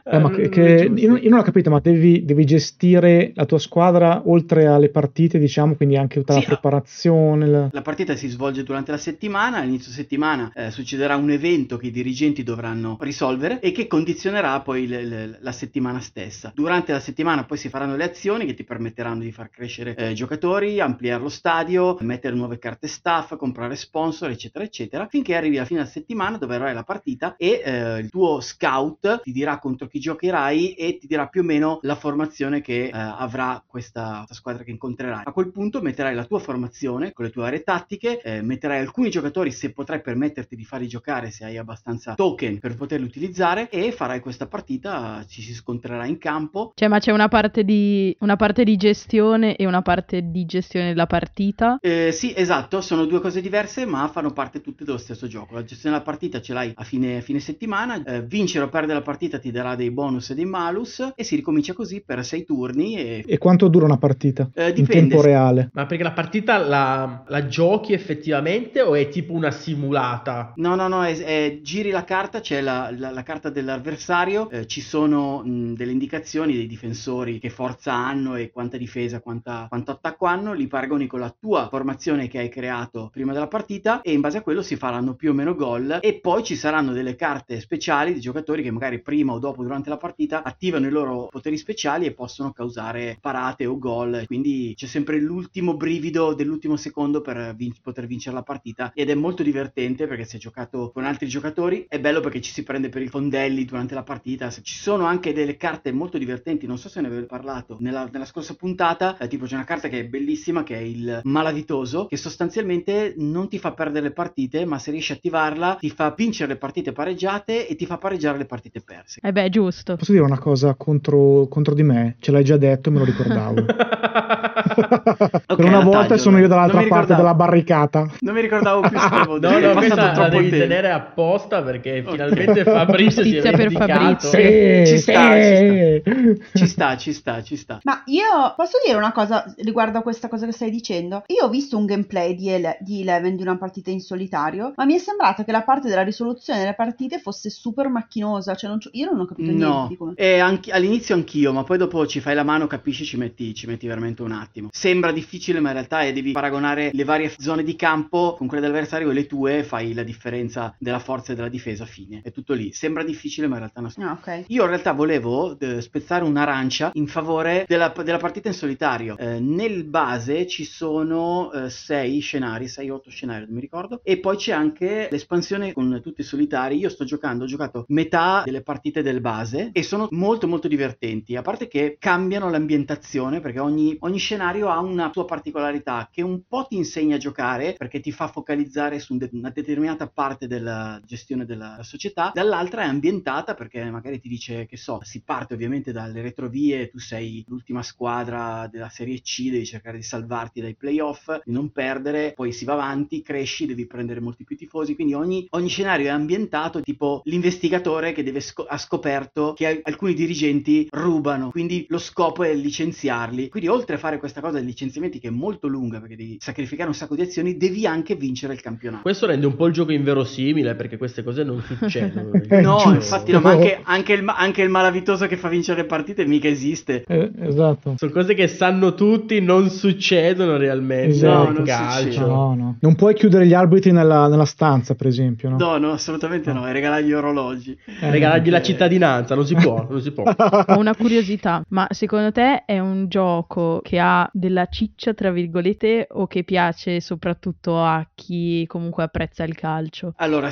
F: Eh, ma che- che- io, non- io non ho capito, ma devi, devi gestire la tua squadra oltre alle partite, diciamo, quindi anche tutta
D: Sì,
F: la
D: no.
F: preparazione. la-
D: La partita si svolge durante la settimana, all'inizio settimana eh, succederà un evento che i dirigenti dovranno risolvere e che condizionerà poi le- le- la settimana stessa. Durante la settimana poi si faranno le azioni che ti permetteranno di far crescere eh, giocatori, ampliare lo stadio, mettere nuove carte staff, comprare sponsor, eccetera, eccetera, finché arrivi alla fine della settimana dove avrai la partita e eh, il tuo scout ti dirà contro chi giocherai e ti dirà più o meno la formazione che eh, avrà questa, questa squadra che incontrerai. A quel punto metterai la tua formazione con le tue aree tattiche, eh, metterai alcuni giocatori se potrai permetterti di farli giocare, se hai abbastanza token per poterli utilizzare e farai questa partita, ci si scontrerà in campo.
G: Cioè, ma c'è una parte, di, una parte di gestione e una parte di gestione della partita.
D: Eh, sì, esatto, sono due cose diverse, ma fanno parte tutte dello stesso gioco. La gestione della partita ce l'hai a fine, a fine settimana, eh, vincere o perdere la partita ti darà dei bonus e dei malus e si ricomincia così per sei turni e
F: E quanto dura una partita?
D: Eh,
F: in
D: dipende.
F: tempo reale.
E: Ma perché la partita la, la giochi effettivamente o è tipo una simulata?
D: No, no, no, è- è- giri la carta, c'è la, la- la carta dell'avversario, eh, ci sono mh, delle indicazioni dei difensori che forza hanno e quanta difesa, quanta- quanto attacco hanno, li paragoni con la tua formazione che hai creato prima della partita e in base a quello si faranno più o meno gol e poi ci saranno delle carte speciali di giocatori che magari prima o dopo durante durante la partita attivano i loro poteri speciali e possono causare parate o gol. Quindi c'è sempre l'ultimo brivido dell'ultimo secondo per vin- poter vincere la partita ed è molto divertente perché se giocato con altri giocatori è bello perché ci si prende per i fondelli durante la partita. Se- Ci sono anche delle carte molto divertenti, non so se ne avevo parlato nella, nella scorsa puntata, eh, tipo c'è una carta che è bellissima che è il malavitoso che sostanzialmente non ti fa perdere le partite ma se riesci a attivarla ti fa vincere le partite pareggiate e ti fa pareggiare le partite perse.
G: Eh beh, giusto.
F: Posso dire una cosa contro, contro di me? Ce l'hai già detto e me lo ricordavo. per una volta
D: taglio,
F: sono io
D: allora. Non
F: dall'altra
D: mi
F: parte
D: ricordavo.
F: della barricata.
D: Non mi ricordavo più se avevo
E: No, no,
D: è passato
E: questa la
D: troppo
E: devi
D: il tempo.
E: tenere apposta perché
D: Ok.
E: finalmente Fabrizio si è
G: Giustizia per
E: vendicato.
G: Fabrizio.
D: Sì, ci
F: Sì,
D: sta,
F: sì.
D: Ci sta, ci sta, ci sta.
H: Ma io posso dire una cosa riguardo a questa cosa che stai dicendo? Io ho visto un gameplay di, Ele- di Eleven di una partita in solitario, ma mi è sembrato che la parte della risoluzione delle partite fosse super macchinosa, cioè non c'ho- io non ho capito niente
D: No,
H: di come.
D: e anche- all'inizio anch'io, ma poi dopo ci fai la mano, capisci, ci metti, ci metti veramente un attimo. Sembra difficile, ma in realtà è- devi paragonare le varie zone di campo con quelle dell'avversario e le tue, fai la differenza della forza e della difesa, fine. È tutto lì. Sembra difficile, ma in realtà non
H: Ah, ok.
D: Io in realtà volevo eh, spezzare un'arancia in favore della, della partita in solitario. Eh, nel base ci sono 6 scenari, 6-8 scenari, non mi ricordo. E poi c'è anche l'espansione con tutti i solitari. Io sto giocando, ho giocato metà delle partite del base e sono molto molto divertenti. A parte che cambiano l'ambientazione perché ogni, ogni scenario ha una sua particolarità che un po' ti insegna a giocare perché ti fa focalizzare su un de- una determinata parte della gestione della società, dall'altra è ambientata perché magari ti dice che so, si parte ovviamente dalle retrovie, tu sei l'ultima squadra della Serie C, devi cercare di salvarti dai playoff, di non perdere, poi si va avanti, cresci, devi prendere molti più tifosi, quindi ogni, ogni scenario è ambientato tipo l'investigatore che deve sco- ha scoperto che al- alcuni dirigenti rubano, quindi lo scopo è licenziarli, quindi oltre a fare questa cosa dei licenziamenti che è molto lunga perché devi sacrificare un sacco di azioni, devi anche vincere il campionato.
E: Questo rende un po' il gioco inverosimile perché queste cose non succedono.
D: No,
F: Eh, Giusto.
D: infatti, no, ma anche, anche il, ma- anche il malavitoso che fa vincere le partite mica esiste.
F: Eh, esatto.
E: Sono cose che sanno tutti, non succedono realmente
F: No,
E: nel
F: non
E: calcio.
D: succede.
F: Esatto, No, no. Non puoi chiudere gli arbitri nella, nella stanza, per esempio, no?
D: No, no, assolutamente no, e regalare gli orologi.
F: Eh,
E: Regalargli la cittadinanza, non si può, non si può.
G: Ho una curiosità, ma secondo te è un gioco che ha della ciccia, tra virgolette, o che piace soprattutto a chi comunque apprezza il calcio?
D: Allora,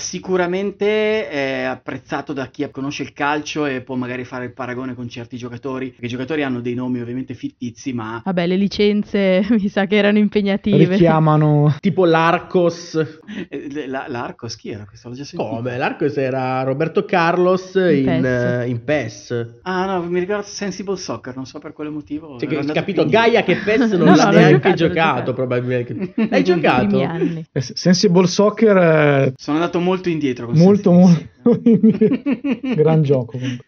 D: sicuramente è apprezzato da chi conosce il calcio e può magari fare il paragone con certi giocatori, perché i giocatori hanno dei nomi ovviamente fittizi, ma
G: Vabbè, le licenze mi sa che erano impegnative.
F: Richiamano
E: tipo l'Arcos.
D: eh, la- l'arco chi era questo? L'ho già sentito.
E: Come? L'Arcos era Roberto Carlos in,
G: In
E: eh, in
G: PES.
E: PES. Cioè
D: Ah no, mi ricordo Sensible Soccer, non so per quale motivo.
E: Cioè,
D: ero
E: che-
D: andato
E: capito,
D: più
E: Gaia che PES non
G: No, no,
E: l'ha
G: l'ho
E: neanche
G: giocato, l'ho
E: giocato,
G: giocato.
E: probabilmente. L'hai
G: Nei primi
E: giocato?
G: anni.
F: eh, Sensible Soccer, eh,
D: Sono andato molto indietro. con
F: molto,
D: Sensible
F: molto.
D: Soccer.
F: Gran gioco. comunque.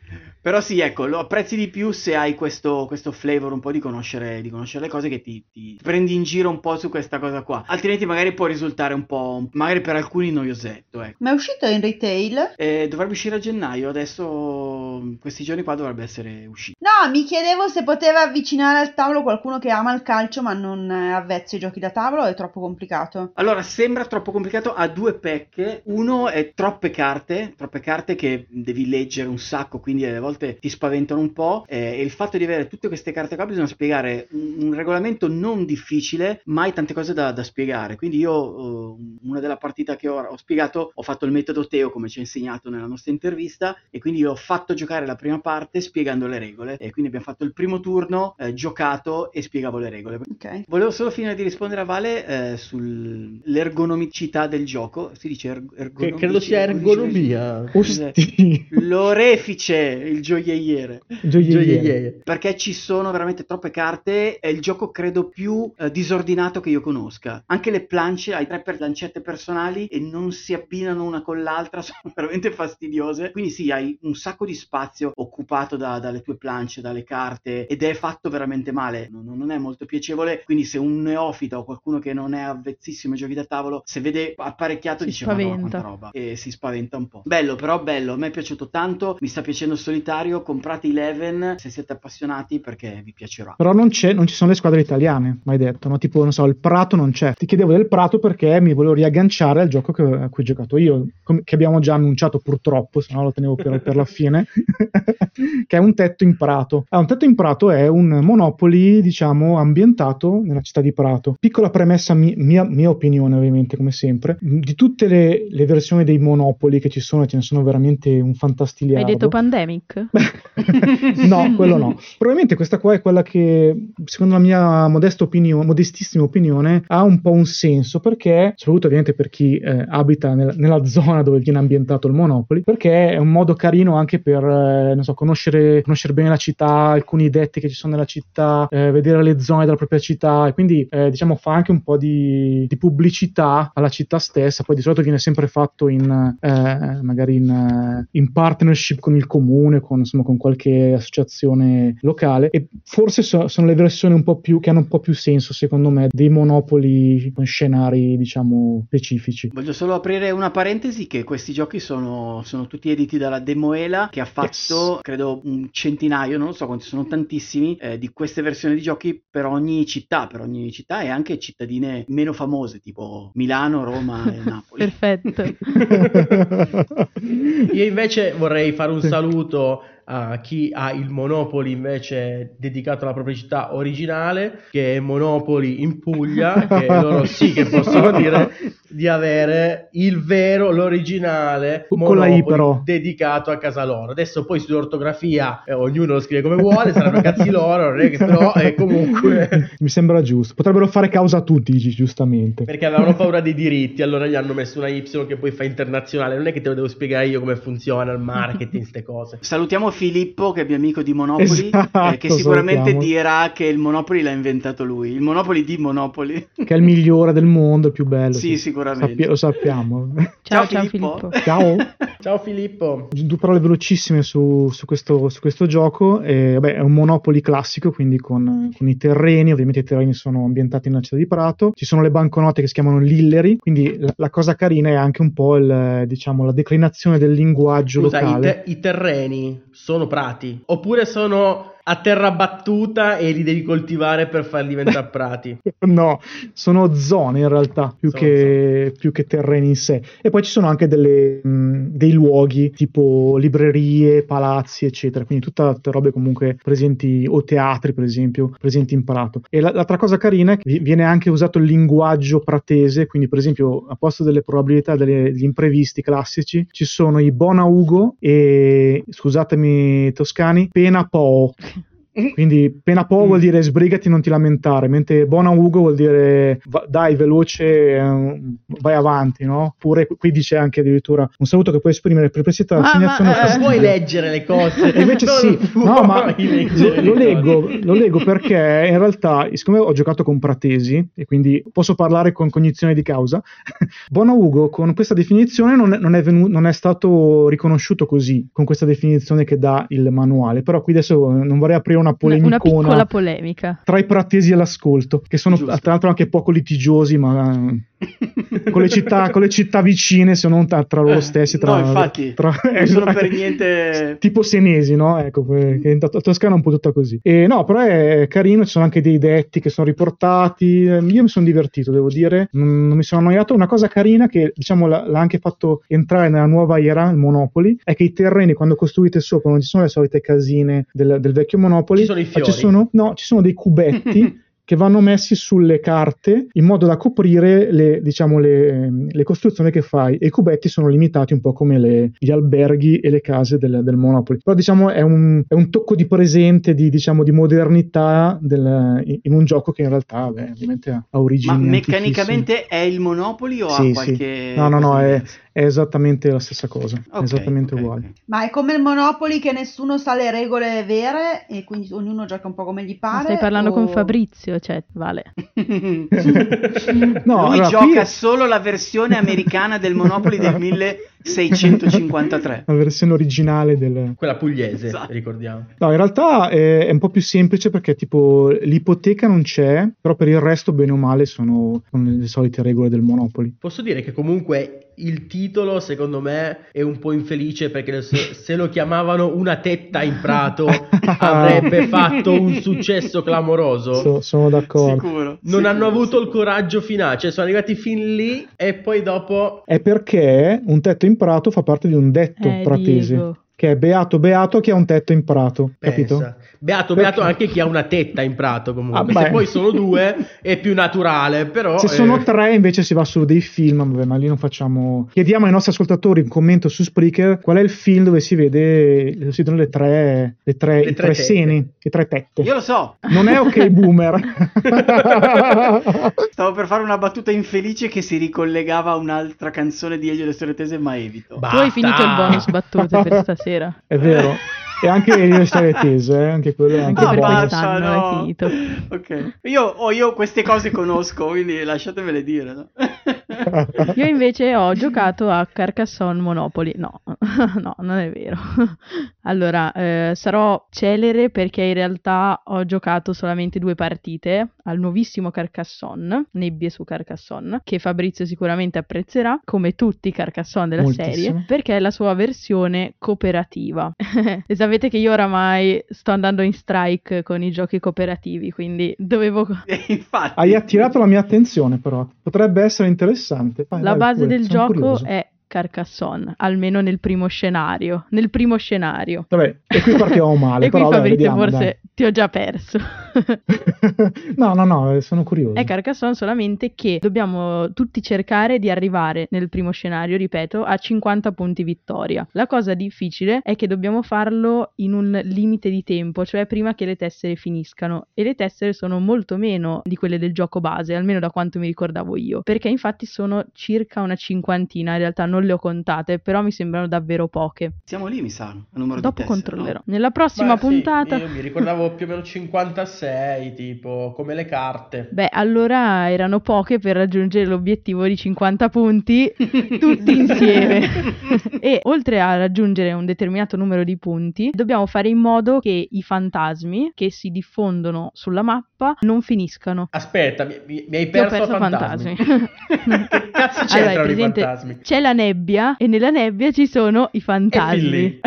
D: Però sì, ecco, lo apprezzi di più se hai questo, questo flavor un po' di conoscere, di conoscere le cose che ti, ti prendi in giro un po' su questa cosa qua. Altrimenti magari può risultare un po', magari per alcuni noiosetto, ecco.
H: Ma è uscito in retail?
D: Eh, dovrebbe uscire a gennaio, adesso questi giorni qua dovrebbe essere uscito.
H: No, mi chiedevo se poteva avvicinare al tavolo qualcuno che ama il calcio ma non è avvezzo ai giochi da tavolo, è troppo complicato.
D: Allora, sembra troppo complicato, ha due pecche. Uno è troppe carte, troppe carte che devi leggere un sacco, quindi alle volte ti spaventano un po'. eh, e il fatto di avere tutte queste carte qua bisogna spiegare un, un regolamento non difficile, ma hai tante cose da, da spiegare. Quindi io, eh, una della partita che ho, ho spiegato, ho fatto il metodo Teo, come ci ha insegnato nella nostra intervista, e quindi io ho fatto giocare la prima parte spiegando le regole. E quindi abbiamo fatto il primo turno, eh, giocato e spiegavo le regole.
H: Ok.
D: Volevo solo finire di rispondere a Vale eh, sull'ergonomicità del gioco. Si dice erg-
E: Che
D: ergonomicità.
E: credo sia ergonomia.
F: Osti.
D: L'orefice, il gioielliere.
E: Cioè,
F: Gioielliere.
D: Perché ci sono veramente troppe carte. È il gioco, credo, più eh, disordinato che io conosca. Anche le planche, hai tre per- lancette personali e non si abbinano una con l'altra, sono veramente fastidiose. Quindi, sì, hai un sacco di spazio occupato da- dalle tue planche, dalle carte, ed è fatto veramente male. Non, non è molto piacevole. Quindi, se un neofita o qualcuno che non è avvezzissimo ai giochi da tavolo, se vede apparecchiato,
G: Si
D: dice: Ma no,
G: spaventa."
D: quanta roba! E si spaventa un po'. Bello, però, bello. A me è piaciuto tanto. Mi sta piacendo il solitario solitario, comprate Eleven se siete appassionati perché vi piacerà.
F: Però non, c'è, non ci sono le squadre italiane, mai detto, no? Tipo, non so, il Prato non c'è. Ti chiedevo del Prato perché mi volevo riagganciare al gioco che, a cui ho giocato io, com- che abbiamo già annunciato purtroppo, se no lo tenevo per, per la fine, che è un tetto in Prato. Ah, un tetto in Prato è un Monopoli, diciamo, ambientato nella città di Prato. Piccola premessa, mi- mia, mia opinione ovviamente, come sempre, di tutte le, le versioni dei Monopoli che ci sono, ce ne sono veramente un
G: Hai
F: fantastiliardo.
G: detto pandemic?
F: no, quello no. Probabilmente questa qua è quella che, secondo la mia modesta opinione, modestissima opinione, ha un po' un senso perché, soprattutto ovviamente per chi eh, abita nel- nella zona dove viene ambientato il Monopoli, perché è un modo carino anche per, eh, non so, conoscere, conoscere bene la città, alcuni detti che ci sono nella città, eh, vedere le zone della propria città e quindi, eh, diciamo, fa anche un po' di, di pubblicità alla città stessa. Poi di solito viene sempre fatto in, eh, magari in, eh, in partnership con il comune, con, insomma, con qualche associazione locale. E forse so- sono le versioni un po' più che hanno un po' più senso, secondo me, dei monopoli con scenari, diciamo, specifici.
D: Voglio solo aprire una parentesi che questi giochi sono, sono tutti editi dalla Demoela che ha fatto
F: Yes.
D: credo un centinaio, non lo so quanti, sono tantissimi eh, di queste versioni di giochi per ogni città, per ogni città e anche cittadine meno famose tipo Milano, Roma e Napoli.
G: Perfetto.
E: Io invece vorrei fare un
F: Sì.
E: saluto a chi ha il Monopoli invece dedicato alla propria città originale, che è Monopoli in Puglia, che loro sì che possono dire di avere il vero, l'originale
F: Con la I
E: Monopoli
F: però.
E: dedicato a casa loro. Adesso poi sull'ortografia eh, ognuno lo scrive come vuole, saranno cazzi loro, non è che- però eh, comunque...
F: Mi sembra giusto. Potrebbero fare causa a tutti, gi- giustamente.
E: Perché avevano paura dei diritti, allora gli hanno messo una Y che poi fa internazionale. Non è che te lo devo spiegare io come funziona il marketing, queste cose.
D: Salutiamo Filippo che è mio amico di Monopoli
F: Esatto,
D: eh, che sicuramente
F: salutiamo.
D: dirà che il Monopoli l'ha inventato lui, il Monopoli di Monopoli.
F: Che è il migliore del mondo, il più bello. cioè,
D: Sì, sicuramente.
F: Sappi- lo sappiamo.
G: Ciao, ciao, Filippo.
F: Ciao.
E: Ciao Filippo.
F: Due parole velocissime su, su questo, su questo gioco. Eh, vabbè, è un monopoli classico, quindi con, con i terreni. Ovviamente i terreni sono ambientati nella città di Prato. Ci sono le banconote che si chiamano Lilleri. Quindi la, la cosa carina è anche un po' il, eh, diciamo, la declinazione del linguaggio
E: Scusa, i,
F: locale.
E: te- i terreni sono prati oppure sono a terra battuta e li devi coltivare per farli diventare prati?
F: No, sono zone in realtà, più,
E: Sono
F: che, più che terreni in sé. E poi ci sono anche delle, mh, dei luoghi tipo librerie, palazzi, eccetera. Quindi tutta tutte robe comunque presenti, o teatri per esempio, presenti in Prato. E la- l'altra cosa carina è che vi- viene anche usato il linguaggio pratese, quindi per esempio a posto delle probabilità delle- degli imprevisti classici ci sono i Bonaugo e, scusatemi toscani, Pena Po. Quindi pena po' vuol dire sbrigati, non ti lamentare, mentre buona Ugo vuol dire "Va- dai veloce, ehm, vai avanti, no? Oppure qui- qui dice anche addirittura un saluto che può esprimere perplessità,
G: Ma-
F: assegnazione
G: ma,
F: o
G: eh,
E: Non
F: fastidio.
E: puoi leggere le cose.
F: E invece
E: Non
F: sì,
E: puoi
F: no, ma
E: leggere le
F: lo
E: cose.
F: leggo, lo leggo perché in realtà, siccome ho giocato con Pratesi e quindi posso parlare con cognizione di causa, Bono Ugo con questa definizione non è, non è venu- non è stato riconosciuto così, con questa definizione che dà il manuale, però qui adesso eh, non vorrei aprire una
G: Una, una
F: polemicona
G: piccola polemica.
F: tra i pratesi all'ascolto, che sono
D: Giusto.
F: tra l'altro anche poco litigiosi, ma eh, con le città, con le città vicine, se non tra, tra loro stessi. Tra,
D: Eh, No, infatti,
F: tra-
D: non sono per
F: esatto.
D: niente-
F: Tipo senesi, no? Ecco, perché la Toscana è un po' tutta così. E no, però è carino, ci sono anche dei detti che sono riportati. eh, Io mi sono divertito, devo dire, non, non mi sono annoiato. Una cosa carina che, diciamo, l'ha, l'ha anche fatto entrare nella nuova era, il Monopoli, è che i terreni, quando costruite sopra, non ci sono le solite casine del, del vecchio Monopoli.
E: Ci sono i
F: ma
E: fiori.
F: Ci sono, no, ci sono dei cubetti che vanno messi sulle carte in modo da coprire le, diciamo, le, le costruzioni che fai. E i cubetti sono limitati un po' come le- gli alberghi e le case del, del Monopoli. Però diciamo è un, è un tocco di presente, di, diciamo, di modernità del- in un gioco che in realtà beh, ovviamente ha- ha origini
D: Ma
F: antichissime.
D: meccanicamente è il Monopoli o
F: Sì,
D: ha
F: sì.
D: qualche...
F: No, no, no, è,
D: qualcosa
F: è esattamente la stessa cosa.
D: di-
F: è esattamente
D: Ok, ok,
F: uguale.
D: ok.
H: Ma è come il Monopoli che nessuno sa le regole vere e quindi ognuno gioca un po' come gli
G: Ma
H: pare.
G: stai parlando
H: o-
G: con Fabrizio, cioè, vale.
F: No,
D: Lui
F: allora,
D: gioca
F: qui-
D: solo la versione americana del Monopoli del 1653.
F: La versione originale del,
E: Quella pugliese,
D: Esatto.
E: ricordiamo.
F: No, in realtà eh, è, un po' più semplice perché tipo l'ipoteca non c'è, però per il resto bene o male sono, sono le solite regole del Monopoli.
E: Posso dire che comunque il titolo, secondo me, è un po' infelice perché se, se lo chiamavano Una tetta in prato avrebbe fatto un successo clamoroso.
F: So- sono d'accordo.
D: Sicuro.
E: non
D: sicuro,
E: hanno avuto il
D: sicuro.
E: coraggio finale, cioè sono arrivati fin lì e poi dopo
F: È perché un tetto in prato fa parte di un detto
G: Eh,
F: pratesi.
G: Diego.
F: Che è beato beato chi ha un tetto in prato,
E: Eh,
F: capito?
E: Pensa. Beato,
F: Perché?
E: beato anche chi ha una tetta in prato comunque.
F: Ah,
E: Se
F: beh.
E: poi sono due è più naturale, però...
F: Se
E: eh,
F: sono tre invece si va su dei film, vabbè, ma lì non facciamo... Chiediamo ai nostri ascoltatori un commento su Spreaker qual è il film dove si vede, si vedono le tre, le tre,
E: Le
F: i
E: tre
F: tre
E: tette.
F: seni, le tre tette.
D: Io lo so,
F: Non è ok boomer.
D: stavo per fare una battuta infelice che si ricollegava a un'altra canzone di Elio e le Storie Tese, ma evito.
G: Tu hai finito il
E: basta.
G: bonus battute per stasera.
F: è vero. E anche le storie tese, eh, anche quelle anche
G: Anche per
F: buone.
G: questa. quest'anno è finito.
D: Ah, Ok. Io, oh, io queste cose conosco, quindi lasciatemele dire. no?
G: Io invece ho giocato a Carcassonne Monopoly. No, no, non è vero. Allora, eh, sarò celere perché in realtà ho giocato solamente due partite al nuovissimo Carcassonne, Nebbie su Carcassonne, che Fabrizio sicuramente apprezzerà, come tutti i Carcassonne della
F: Moltissimo.
G: serie, perché è la sua versione cooperativa. e sapete che io oramai sto andando in strike con i giochi cooperativi, quindi dovevo
D: E Eh, infatti,
F: Hai attirato la mia attenzione, però. Potrebbe essere interessante. Vai,
G: La
F: vai
G: base
F: pure,
G: del
F: sono
G: gioco
F: curioso.
G: è Carcassonne, almeno nel primo scenario. Nel primo scenario.
F: Vabbè, e qui partiamo male,
G: e qui
F: però vabbè,
G: Fabrizio
F: vediamo,
G: forse
F: dai.
G: ti ho già perso.
F: no, no, no, eh, sono curioso.
D: Mm.
G: è Carcassonne solamente che dobbiamo tutti cercare di arrivare nel primo scenario, ripeto, a 50 punti vittoria. La cosa difficile è che dobbiamo farlo in un limite di tempo, cioè prima che le tessere finiscano. E le tessere sono molto meno di quelle del gioco base, almeno da quanto mi ricordavo io, perché infatti sono circa una cinquantina, in realtà non le ho contate, però mi sembrano davvero poche.
D: siamo lì, mi sa, al numero
G: Dopo
D: di tessere,
G: controllerò.
D: no?
G: Nella prossima
E: Beh, sì,
G: puntata...
E: io mi ricordavo più o meno 56, tipo, come le carte.
G: Beh, allora erano poche per raggiungere l'obiettivo di 50 punti tutti insieme. e oltre a raggiungere un determinato numero di punti, dobbiamo fare in modo che i fantasmi che si diffondono sulla mappa non finiscano.
E: Aspetta, mi, mi- mi hai
G: Io ho
E: perso,
G: perso
E: fantasmi.
G: fantasmi.
E: che cazzo
G: Allora, è
E: c'entrano
G: presente-
E: i fantasmi?
G: C'è la nebbia e nella nebbia ci sono i
E: E fin
G: fantasmi.
E: lì.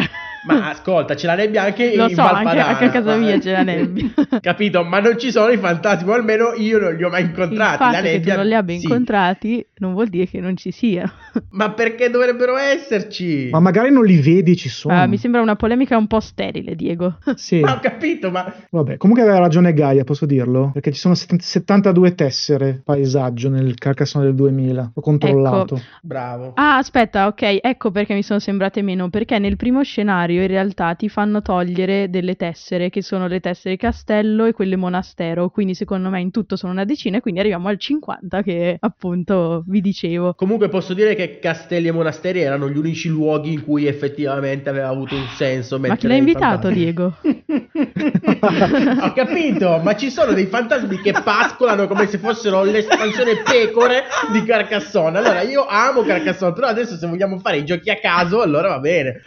E: Ma ascolta, ce la nebbia anche
G: Lo
E: in
G: so, anche,
E: Valpadana.
G: anche a casa mia c'è la nebbia.
E: Capito? Ma non ci sono i fantasmi, o almeno io non li ho mai
G: Il
E: incontrati.
G: fatto
E: la
G: che tu
E: nebbia,
G: non li abbia
E: sì.
G: incontrati non vuol dire che non ci siano.
E: Ma perché dovrebbero esserci?
F: Ma magari non li vedi, ci sono.
G: Ah, mi sembra una polemica un po' sterile, Diego.
F: Sì.
E: Ma ho capito, ma
F: Vabbè, comunque aveva ragione Gaia, posso dirlo? Perché ci sono set- 72 tessere paesaggio nel Carcassonne del 2000.
G: Ecco,
F: Ho controllato.
E: bravo.
G: Ah, aspetta, ok, ecco perché mi sono sembrate meno, perché nel primo scenario in realtà ti fanno togliere delle tessere, che sono le tessere castello e quelle monastero, quindi secondo me in tutto sono una decina e quindi arriviamo al 50 che appunto vi dicevo.
E: Comunque posso dire che castelli e monasteri erano gli unici luoghi in cui effettivamente aveva avuto un senso
G: Ma chi
E: mettere
G: l'ha
E: i
G: invitato,
E: fantasmi.
G: Diego?
E: Ho capito, ma ci sono dei fantasmi che pascolano come se fossero l'espansione pecore di Carcassonne. Allora, io amo Carcassonne, però adesso se vogliamo fare i giochi a caso, allora va bene.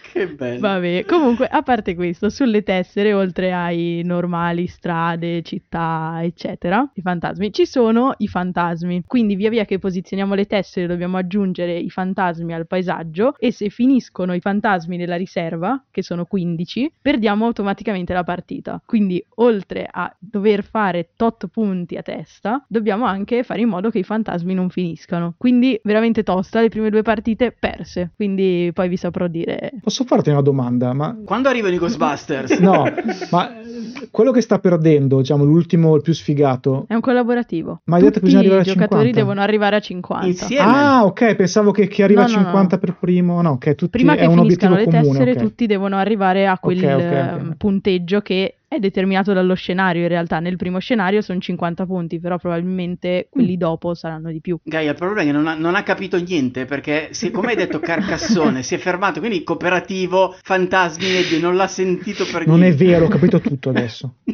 D: Che bello.
G: Vabbè, comunque, a parte questo, sulle tessere, oltre ai normali strade, città, eccetera, i fantasmi, ci sono i fantasmi. Quindi, via via che posizioniamo le tessere, dobbiamo aggiungere i fantasmi al paesaggio e se finiscono i fantasmi nella riserva, che sono 15, perdiamo automaticamente la partita. Quindi, oltre a dover fare tot punti a testa, dobbiamo anche fare in modo che i fantasmi non finiscano. Quindi, veramente tosta, le prime due partite perse. Quindi, poi vi saprò dire
F: Posso farti una domanda? Ma
D: Quando arrivano i Ghostbusters?
F: No, ma eh, quello che sta perdendo, diciamo, l'ultimo, il più sfigato.
G: È un collaborativo.
F: Ma hai
G: Tutti
F: detto che bisogna
G: i
F: arrivare a
G: giocatori
F: 50?
G: devono arrivare a 50.
D: Insieme.
F: Ah, ok, pensavo che chi arriva
G: No,
F: a
G: no, no.
F: 50 per primo, no, che tutti
G: Prima
F: è
G: che
F: un
G: finiscano
F: obiettivo
G: le
F: comune.
G: tessere,
F: ok.
G: tutti devono arrivare a
F: Ok,
G: quel
F: ok, ok.
G: eh, punteggio che è determinato dallo scenario. In realtà, nel primo scenario sono 50 punti, però probabilmente quelli
F: Mm.
G: dopo saranno di più.
D: Gaia, il problema è che non ha, non ha capito niente perché, se, come hai detto, Carcassone si è fermato, quindi cooperativo, fantasmi, nebbie, non l'ha sentito per
F: Non è
D: niente.
F: vero, ho capito tutto adesso.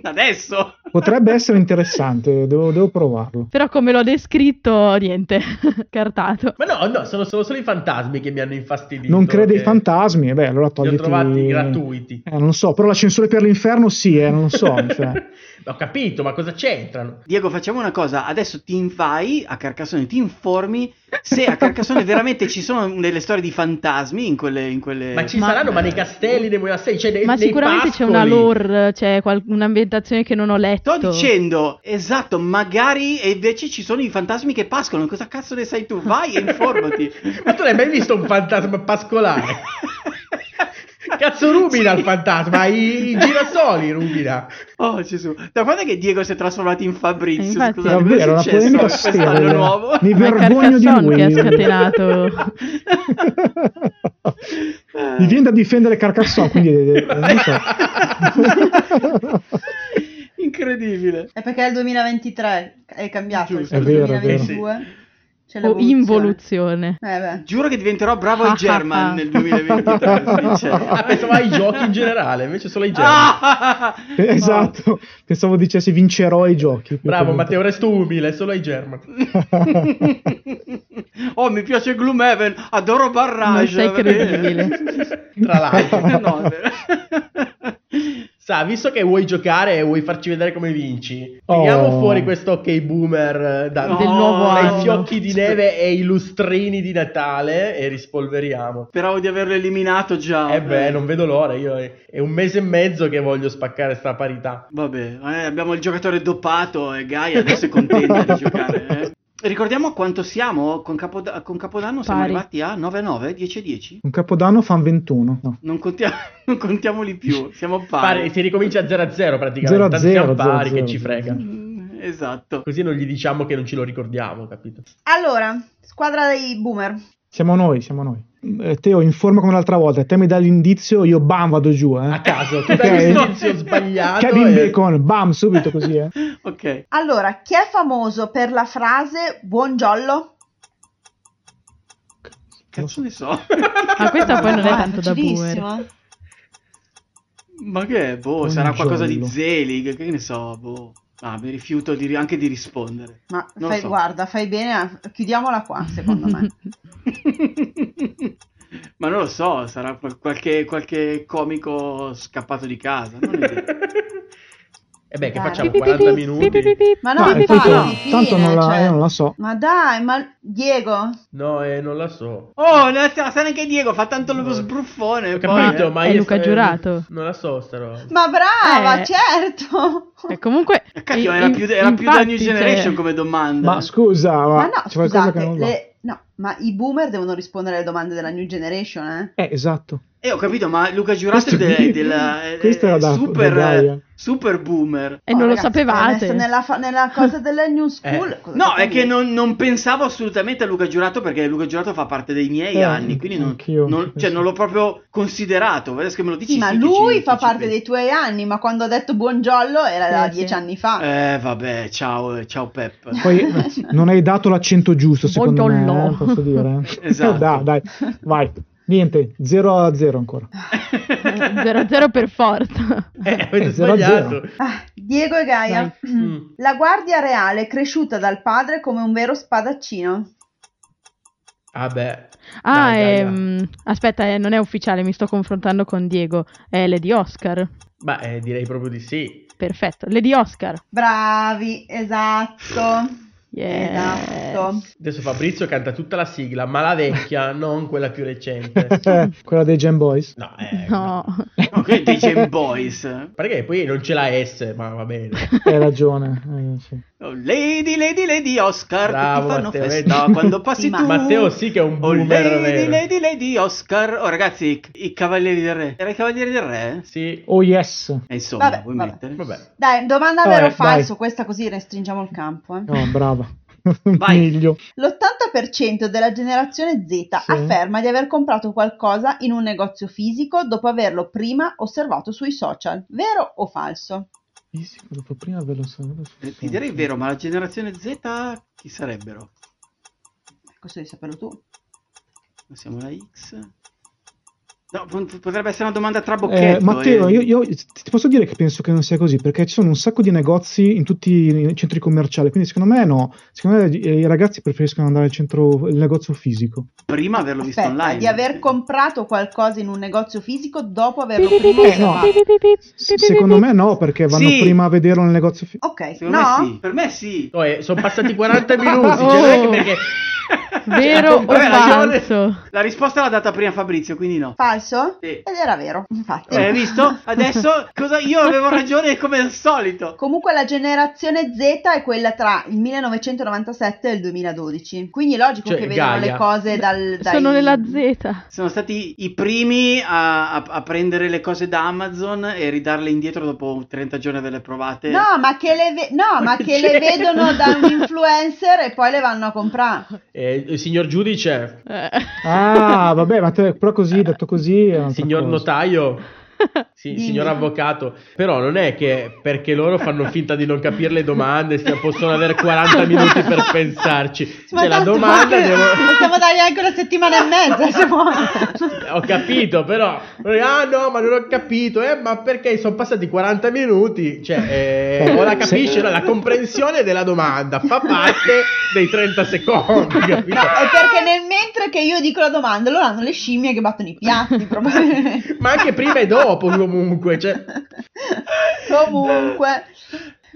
D: Adesso?
F: Potrebbe essere interessante, devo, devo provarlo.
G: Però come l'ho descritto, niente, cartato.
E: Ma no, no, sono, sono solo i fantasmi che mi hanno infastidito.
F: Non crede ai
E: che
F: fantasmi, eh beh, allora
E: Li ho
F: togliti...
E: trovati gratuiti.
F: Eh, non so, però la censura per l'inferno sì, eh, non so. cioè.
E: Ho capito, ma cosa c'entrano?
D: Diego, facciamo una cosa. Adesso ti invai a Carcassonne, ti informi se a Carcassonne veramente ci sono delle storie di fantasmi in quelle... In quelle...
E: Ma ci
G: Ma-
E: saranno, ma nei castelli, nei monasteri, cioè nei,
G: Ma
E: nei
G: sicuramente c'è
E: pascoli.
G: una lore, c'è qual- un'ambientazione che non ho
D: Sto
G: letto.
D: dicendo, esatto, magari e invece ci sono i fantasmi che pascolano. Cosa cazzo ne sai tu? Vai e informati.
E: Ma tu l'hai mai visto un fantasma pascolare? Cazzo rubina il fantasma, i- i girasoli rubina.
D: Oh Gesù, da quando è che Diego si è trasformato in Fabrizio?
G: Eh, infatti.
D: Scusa, cosa è
F: Davvero, una
D: successo?
F: polemica
D: Questo
F: sterile.
D: anno nuovo?
F: Mi
G: Ma è
F: vergogno di
G: Carcassonne
F: lui.
G: che ha scatenato.
F: Mi viene da difendere Carcassonne, quindi eh, non so.
D: Incredibile.
H: È perché è il 2023, è cambiato.
D: Giusto.
H: cioè,
F: È vero, è
H: il
F: vero.
H: 2022 c'è
G: o
H: l'evoluzione.
G: involuzione.
H: Eh beh.
D: Giuro che diventerò bravo
G: Ah,
D: ai German nel 2023.
E: Ah,
D: sinceramente.
E: pensavo ai giochi in generale, invece solo ai giochi.
D: Ah!
F: Eh, Esatto, pensavo dicessi vincerò i giochi.
E: Bravo
F: Quindi-
E: Matteo, resto umile, solo ai
F: Eh,
E: German.
D: oh, mi piace Gloomhaven, adoro Barrage.
G: Non sei
D: va bene.
G: credibile.
E: Tra l'altro.
D: No, è vero.
E: Sa, visto che vuoi giocare e vuoi farci vedere come vinci,
F: Oh.
E: tiriamo fuori questo ok boomer eh, da-
D: No.
G: Del nuovo
E: dai
G: anno.
E: fiocchi di neve e i lustrini di Natale e rispolveriamo.
D: Speravo di averlo eliminato già.
E: Eh beh, non vedo l'ora, io è è un mese e mezzo che voglio spaccare sta parità.
D: Vabbè, eh, abbiamo il giocatore dopato e Gaia adesso è contenta di giocare. eh. Ricordiamo quanto siamo con, Capod- con Capodanno, siamo
G: Pari.
D: arrivati a 9-9, 10-10.
F: Un capodanno fan 21. No.
D: Non, contiamo- non contiamoli più, siamo
E: Pare,
D: pari.
E: si ricomincia a 0-0 praticamente,
F: Zero a
E: tanto
F: zero,
E: siamo pari
F: zero a
E: che ci
F: zero.
E: frega.
D: Mm, Esatto.
E: Così non gli diciamo che non ce lo ricordiamo, capito?
H: Allora, squadra dei boomer.
F: Siamo noi, siamo noi. Eh, Teo, informa come l'altra volta. Te mi dai l'indizio, io bam, vado giù. Eh.
E: A caso, tu
F: Ok.
E: dai l'inizio sbagliato
F: Kevin
E: e-
F: Bacon, bam, subito così. Eh.
D: Ok.
H: Allora, chi è famoso per la frase buon giollo?
D: Cazzo ne so.
G: Ma questa poi non è
I: Ah,
G: tanto da boomer.
I: facilissimo.
D: Ma che è? Boh,
F: Un
D: sarà qualcosa di
F: giallo.
D: Zelig, che ne so, boh. Ah, mi rifiuto di ri- anche di rispondere.
H: Ma
D: Non
H: fai,
D: so.
H: guarda, fai bene, a- chiudiamola qua, secondo me.
D: Ma non lo so, sarà qual- qualche, qualche comico scappato di casa. Non ho idea.
E: E Eh beh, che
H: Dai.
E: facciamo 40 minuti?
H: Ma no,
F: No,
H: infatti,
F: infatti no,
H: alla fine,
F: tanto non la,
H: cioè-
F: io non la so.
H: Ma dai, ma Diego,
E: No, eh, non la so.
D: Oh, non sa sa neanche Diego, fa tanto lo
E: No.
D: sbruffone.
E: Ho
D: poi,
E: capito,
D: eh.
E: ma
G: è
E: io
G: Luca
E: eh,
G: Giurato.
E: Non la so, sta roba.
H: ma brava,
G: Eh.
H: certo.
G: Cioè, comunque...
D: Eh, Cacchio,
G: in-
D: era più, era più da
G: infatti,
D: New
G: cioè,
D: Generation come domanda.
F: Ma scusa, ma,
H: Ma no,
F: c'è qualcosa che
H: scusate,
F: non va.
H: le- no, ma i boomer devono rispondere alle domande della new generation, eh?
F: Eh, esatto.
D: Eh, ho capito, ma Luca Giurato è
F: Questo-
D: del- della, eh,
F: questo era da-
D: super,
F: da Gaia.
D: super boomer.
G: E
H: Oh,
G: non
H: ragazzi,
G: lo sapevate.
H: adesso Nella, fa- nella cosa delle new school.
E: Eh.
F: Ah,
H: cosa
D: No,
H: fate
D: è che
H: voi?
D: non, non pensavo assolutamente a Luca Giurato perché Luca Giurato fa parte dei miei
F: Eh,
D: anni, quindi non,
F: anch'io,
D: non-
F: sì,
D: cioè,
F: sì.
D: non l'ho proprio considerato. Adesso che me lo dici,
H: Sì, ma
D: sì,
H: lui
D: ci-
H: fa
D: ci
H: parte
D: penso.
H: dei tuoi anni, ma quando ha detto buon giollo era da
G: Sì, sì.
H: dieci anni fa.
D: Eh, vabbè, ciao, eh, ciao Pep.
F: Poi eh, non hai dato l'accento giusto, secondo me,
G: Bodolò.
F: eh, posso dire.
D: Esatto.
F: dai, dai, vai. Niente, 0 a 0 ancora.
G: 0-0 per forza.
E: Eh, avete
F: Eh, zero a
E: sbagliato.
H: Ah, Diego e Gaia.
E: Mm.
H: La guardia reale è cresciuta dal padre come un vero spadaccino.
E: Ah, beh.
G: Ah,
E: Dai, dai,
G: ehm, aspetta, eh, non è ufficiale, mi sto confrontando con Diego. È Lady Oscar.
E: Ma eh, direi proprio di sì.
G: Perfetto, Lady Oscar.
H: Bravi, esatto.
G: Yes.
H: Esatto.
E: Adesso Fabrizio canta tutta la sigla, ma la vecchia, non quella più recente.
F: Quella dei Gen Boys.
E: No, eh,
D: Ecco.
E: no.
G: No.
D: Ok, dei Gen Boys.
E: Perché poi non ce l'ha S, ma va bene.
F: Hai ragione. eh, sì.
D: Oh, Lady, Lady, Lady Oscar,
E: Bravo,
D: tutti fanno
E: Matteo,
D: festa
E: vedi?
D: quando passi
H: Sì, ma-
D: tu.
E: Matteo sì che è un
D: Oh,
E: boomer
D: Lady,
E: vero.
D: Lady, Lady Oscar. Oh, ragazzi, i, i Cavalieri del Re. Era i Cavalieri del Re?
E: Sì,
F: Oh yes.
D: E insomma,
H: Vabbè,
D: vuoi
H: vabbè.
D: mettere?
E: vabbè.
H: Dai, domanda
F: Vabbè,
H: vero o
F: dai.
H: falso, questa così restringiamo il campo. eh.
F: Oh, brava.
D: Vai.
F: Miglio.
H: L'80% della generazione Z
F: Sì.
H: afferma di aver comprato qualcosa in un negozio fisico dopo averlo prima osservato sui social. Vero o falso?
F: Fisico, dopo prima ve lo so- ve lo so-
D: Eh, Ti direi vero, ma la generazione Z chi sarebbero?
H: Questo devi saperlo tu.
D: Siamo la X. No, pot- potrebbe essere una domanda tra
F: Eh,
D: bocchetto.
F: Matteo,
D: eh.
F: io, io ti ti posso dire che penso che non sia così, perché ci sono un sacco di negozi in tutti i centri commerciali, quindi secondo me no, secondo me eh, i ragazzi preferiscono andare al centro, al negozio fisico.
D: Prima averlo visto
H: Aspetta,
D: online.
H: di aver comprato qualcosa in un negozio fisico dopo averlo
G: Pi, pi, pi,
H: prima
F: Eh, no.
H: trovato.
F: S- secondo me no, perché vanno
D: Sì.
F: prima a vederlo nel negozio fisico.
H: Ok,
D: Secondo
H: no?
D: me sì. Per me sì.
E: Oh, eh, sono passati 40
D: Ah,
E: minuti. cioè, non è che
G: Oh.
E: perché...
G: Vero o
D: Cioè, Vabbè, la Ione-
G: falso?
D: La risposta l'ha data prima Fabrizio, quindi no.
H: Falso?
D: Sì.
H: Ed era vero, infatti.
D: Eh, hai visto? Adesso cosa- io avevo ragione come al solito.
H: Comunque la generazione Z è quella tra il 1997 e il 2012. Quindi è logico
E: Cioè,
H: che vedano
E: Gaia.
H: le cose dal, dai...
G: Sono nella Z.
D: Sono stati i primi a, a- a prendere le cose da Amazon e ridarle indietro dopo 30 giorni averle provate.
H: No, ma che le, ve- no, ma che le
E: Cioè.
H: vedono da un influencer e poi le vanno a comprare.
E: Eh, il signor giudice,
G: Eh.
F: Ah, vabbè, ma te- però così, detto così... è un'altra
E: signor
F: cosa.
E: notaio, sì,
H: Dimmi.
E: signor avvocato. Però non è che perché loro fanno finta di non capire le domande, sia- possono avere 40 minuti per pensarci.
H: Ma
E: Cioè, la
H: tanto
E: domanda
H: anche-
E: devo...
H: Possiamo dargli anche una settimana e mezza se vuoi.
E: Ho capito, però. Ah no, ma non ho capito. Eh, ma perché sono passati 40 minuti? Cioè, eh, ora capisci? no? La comprensione della domanda fa parte dei 30 secondi. capito?
H: No, è perché nel mentre che io dico la domanda, loro hanno le scimmie che battono i piatti, probabilmente.
E: Ma anche prima e dopo, comunque. Cioè.
H: Comunque,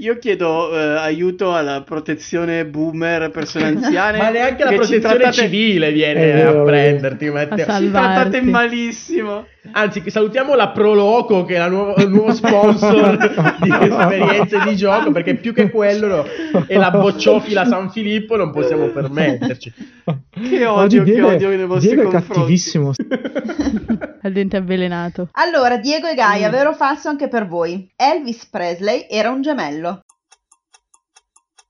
D: Io chiedo eh, aiuto alla protezione boomer persone anziane.
E: Ma neanche la
D: che ci
E: protezione
D: trattate- Eh,
E: civile viene
F: È vero,
E: a prenderti, Matteo.
G: A
D: Ci trattate
G: Salvarti.
D: malissimo.
E: Anzi, che salutiamo la Proloco, che è la nuova- il nuovo sponsor di esperienze di gioco, perché più che quello no, e la bocciofila San Filippo non possiamo permetterci.
D: Che
F: Oggi
D: odio, che
F: Diego,
D: odio nei vostri
F: Diego è
D: confronti.
F: cattivissimo.
G: Al dente avvelenato.
H: allora Diego e
E: Mm.
H: Gaia, vero o falso anche per voi? Elvis Presley era un gemello.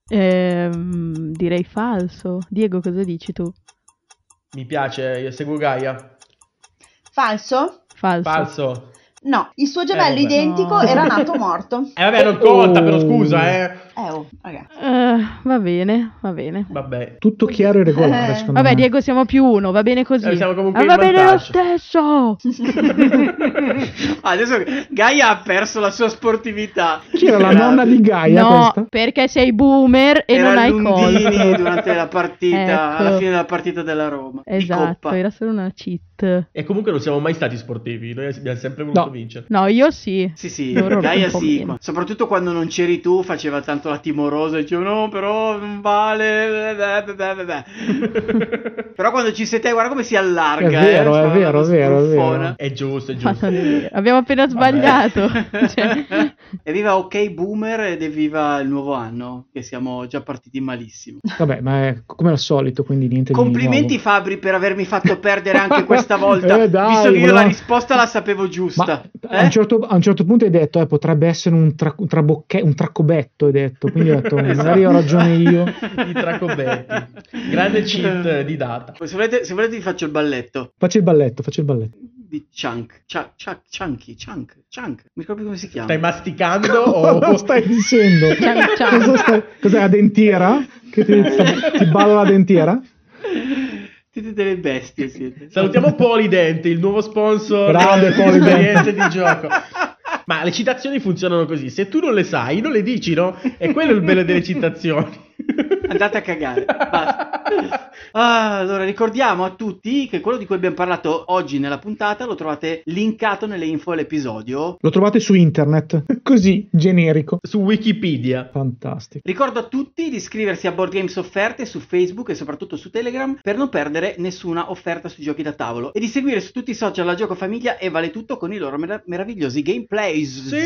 G: Ehm, direi falso. Diego, cosa dici tu?
E: Mi piace, io seguo Gaia.
H: Falso?
G: Falso.
E: Falso.
H: No, il suo gemello
E: Eh, vabbè.
H: identico
G: No.
H: era nato morto.
E: Eh vabbè, non conta,
F: Oh.
E: però scusa, eh.
H: Eh oh, ragazzi.
G: Eh, va bene, va bene.
E: Vabbè.
F: Tutto chiaro e regolare,
H: Eh,
F: secondo me.
G: Vabbè, Diego, siamo più uno, va bene così.
E: Eh, siamo comunque
G: Ah,
E: in
G: va bene lo
E: vantaggio.
G: stesso.
D: Ah, Adesso Gaia ha perso la sua sportività.
F: Chi era la
D: Era-
F: nonna di Gaia
G: no,
F: questa?
G: perché sei boomer e
D: era
G: non hai
D: Lundini
G: colpo.
D: durante la partita,
G: Ecco.
D: alla fine della partita della Roma. di
G: Esatto,
D: Coppa.
G: era solo una cheat.
E: E comunque non siamo mai stati sportivi, noi abbiamo sempre voluto
F: No.
E: vincere.
G: No, io sì.
D: Sì, sì,
G: Loro lo
D: Gaia
G: un po'
D: sì,
G: meno.
D: ma soprattutto quando non c'eri tu faceva tanto la timorosa, diceva no, però non vale, beh, beh, beh, beh, beh." però quando ci sei te guarda come si allarga.
F: È vero,
D: eh,
F: è
D: fa
F: vero, è
D: una
F: vero, è
D: struffona.
E: È giusto, è
G: Ma
E: giusto.
G: non è vero. Abbiamo appena sbagliato. Cioè,
D: Evviva Eh. ok boomer ed evviva il nuovo anno, che siamo già partiti malissimo.
F: Vabbè, ma è come al solito, quindi niente di
D: Complimenti
F: nuovo.
D: Fabri per avermi fatto perdere anche questa volta,
F: Eh, dai,
D: visto che io
F: però-
D: la risposta la sapevo giusta.
F: Ma a, un
D: Eh?
F: certo, a un certo punto hai detto, eh, potrebbe essere un, tra- un trabocche- un traccobetto, hai detto, quindi ho detto,
D: Esatto.
F: magari ho ragione io.
E: I tracobetti. Grande cheat di data.
D: Se volete, se volete vi faccio il balletto
F: Faccio il balletto, faccio il balletto.
D: di Chunk, Chunk, Chunk, Chunky, Chunk, Chunk, mi ricordo più come si chiama.
E: Stai masticando
F: Cosa
E: o...
F: stai dicendo?
G: Ciao, ciao.
F: Cosa stai- Cos'è la dentiera? Che ti, ti balla la dentiera?
D: Siete delle bestie siete.
E: Salutiamo Polidente, il nuovo sponsor
F: Grande
E: di
F: Polydent.
E: esperienze di gioco. Ma le citazioni funzionano così, se tu non le sai, non le dici, no? E quello è il bello delle citazioni.
D: Andate a cagare. basta. Ah, allora, ricordiamo a tutti che quello di cui abbiamo parlato oggi nella puntata lo trovate linkato nelle info all'episodio.
F: Lo trovate su internet, così, generico.
E: Su Wikipedia.
F: Fantastico.
D: Ricordo a tutti di iscriversi a Board Games Offerte su Facebook e soprattutto su Telegram per non perdere nessuna offerta sui giochi da tavolo e di seguire su tutti i social la Gioco Famiglia e vale tutto con i loro mera- meravigliosi gameplays.
E: Sì!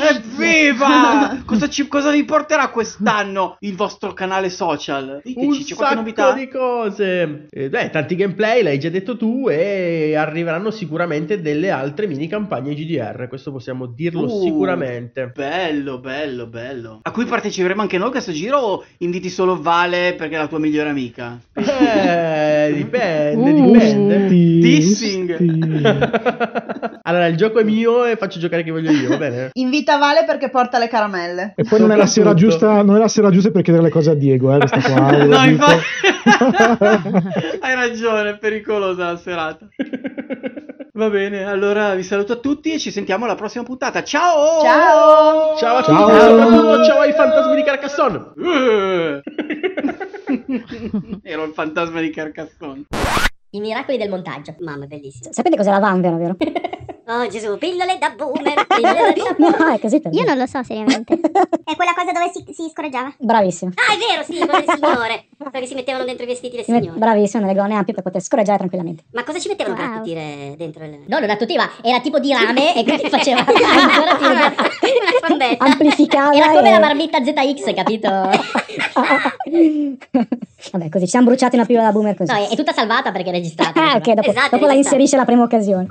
D: Evviva! cosa, ci- cosa vi porterà quest'anno il vostro canale social?
E: Un
D: Diteci, c'è qualche
E: sacco
D: novità?
E: di cose. Eh, beh, tanti gameplay, l'hai già detto tu, e arriveranno sicuramente delle altre mini campagne GDR, questo possiamo dirlo
D: Uh.
E: sicuramente.
D: Bello, bello, bello. A cui parteciperemo anche noi a questo giro o inviti solo Vale perché è la tua migliore amica?
E: Eh, dipende,
G: Uh.
E: dipende.
D: Dissing.
F: Dissing.
E: allora, il gioco è mio e faccio giocare chi voglio io, va bene?
H: Invita Vale perché porta le caramelle. male.
F: E poi non è, la sera
E: Soprattutto.
F: giusta, non è la sera giusta per chiedere le cose a Diego, eh, questa qua. ve lo
D: no,
F: dico.
D: infatti. Hai ragione, è pericolosa la serata. Va bene, allora vi saluto a tutti e ci sentiamo alla prossima puntata. Ciao!
H: Ciao!
E: Ciao a tutti,
F: Ciao.
E: soprattutto ciao ai fantasmi di Carcassonne.
D: Eh. Ero il fantasma di Carcassonne.
I: I miracoli del montaggio. Mamma, bellissimo.
J: Cioè, Sapete cos'è la vanvera, vero?
I: Oh Gesù, pillole da boomer. Pillole da boomer.
J: no, è così. per
I: Io
J: dire.
I: non lo so seriamente. È quella cosa dove si, si scoraggiava?
J: Bravissimo.
I: Ah, è vero, sì, quello del signore. Perché si mettevano dentro i vestiti del signore.
J: Bravissimo, nelle gonne ampie per poter scorreggiare tranquillamente.
I: Ma cosa ci mettevano per
J: Wow.
I: attutire dentro il...
J: No, non attuttiva, era tipo di rame e quindi faceva
I: ancora più una, una spandetta.
J: amplificava.
I: Era come
J: e-
I: la marmitta ZX, capito?
J: Vabbè, così ci siamo bruciati una pillola boomer così.
I: No, è, è tutta salvata perché è registrata.
J: ah, ok, dopo,
I: Esatto,
J: dopo la
I: registrata.
J: inserisce alla prima occasione.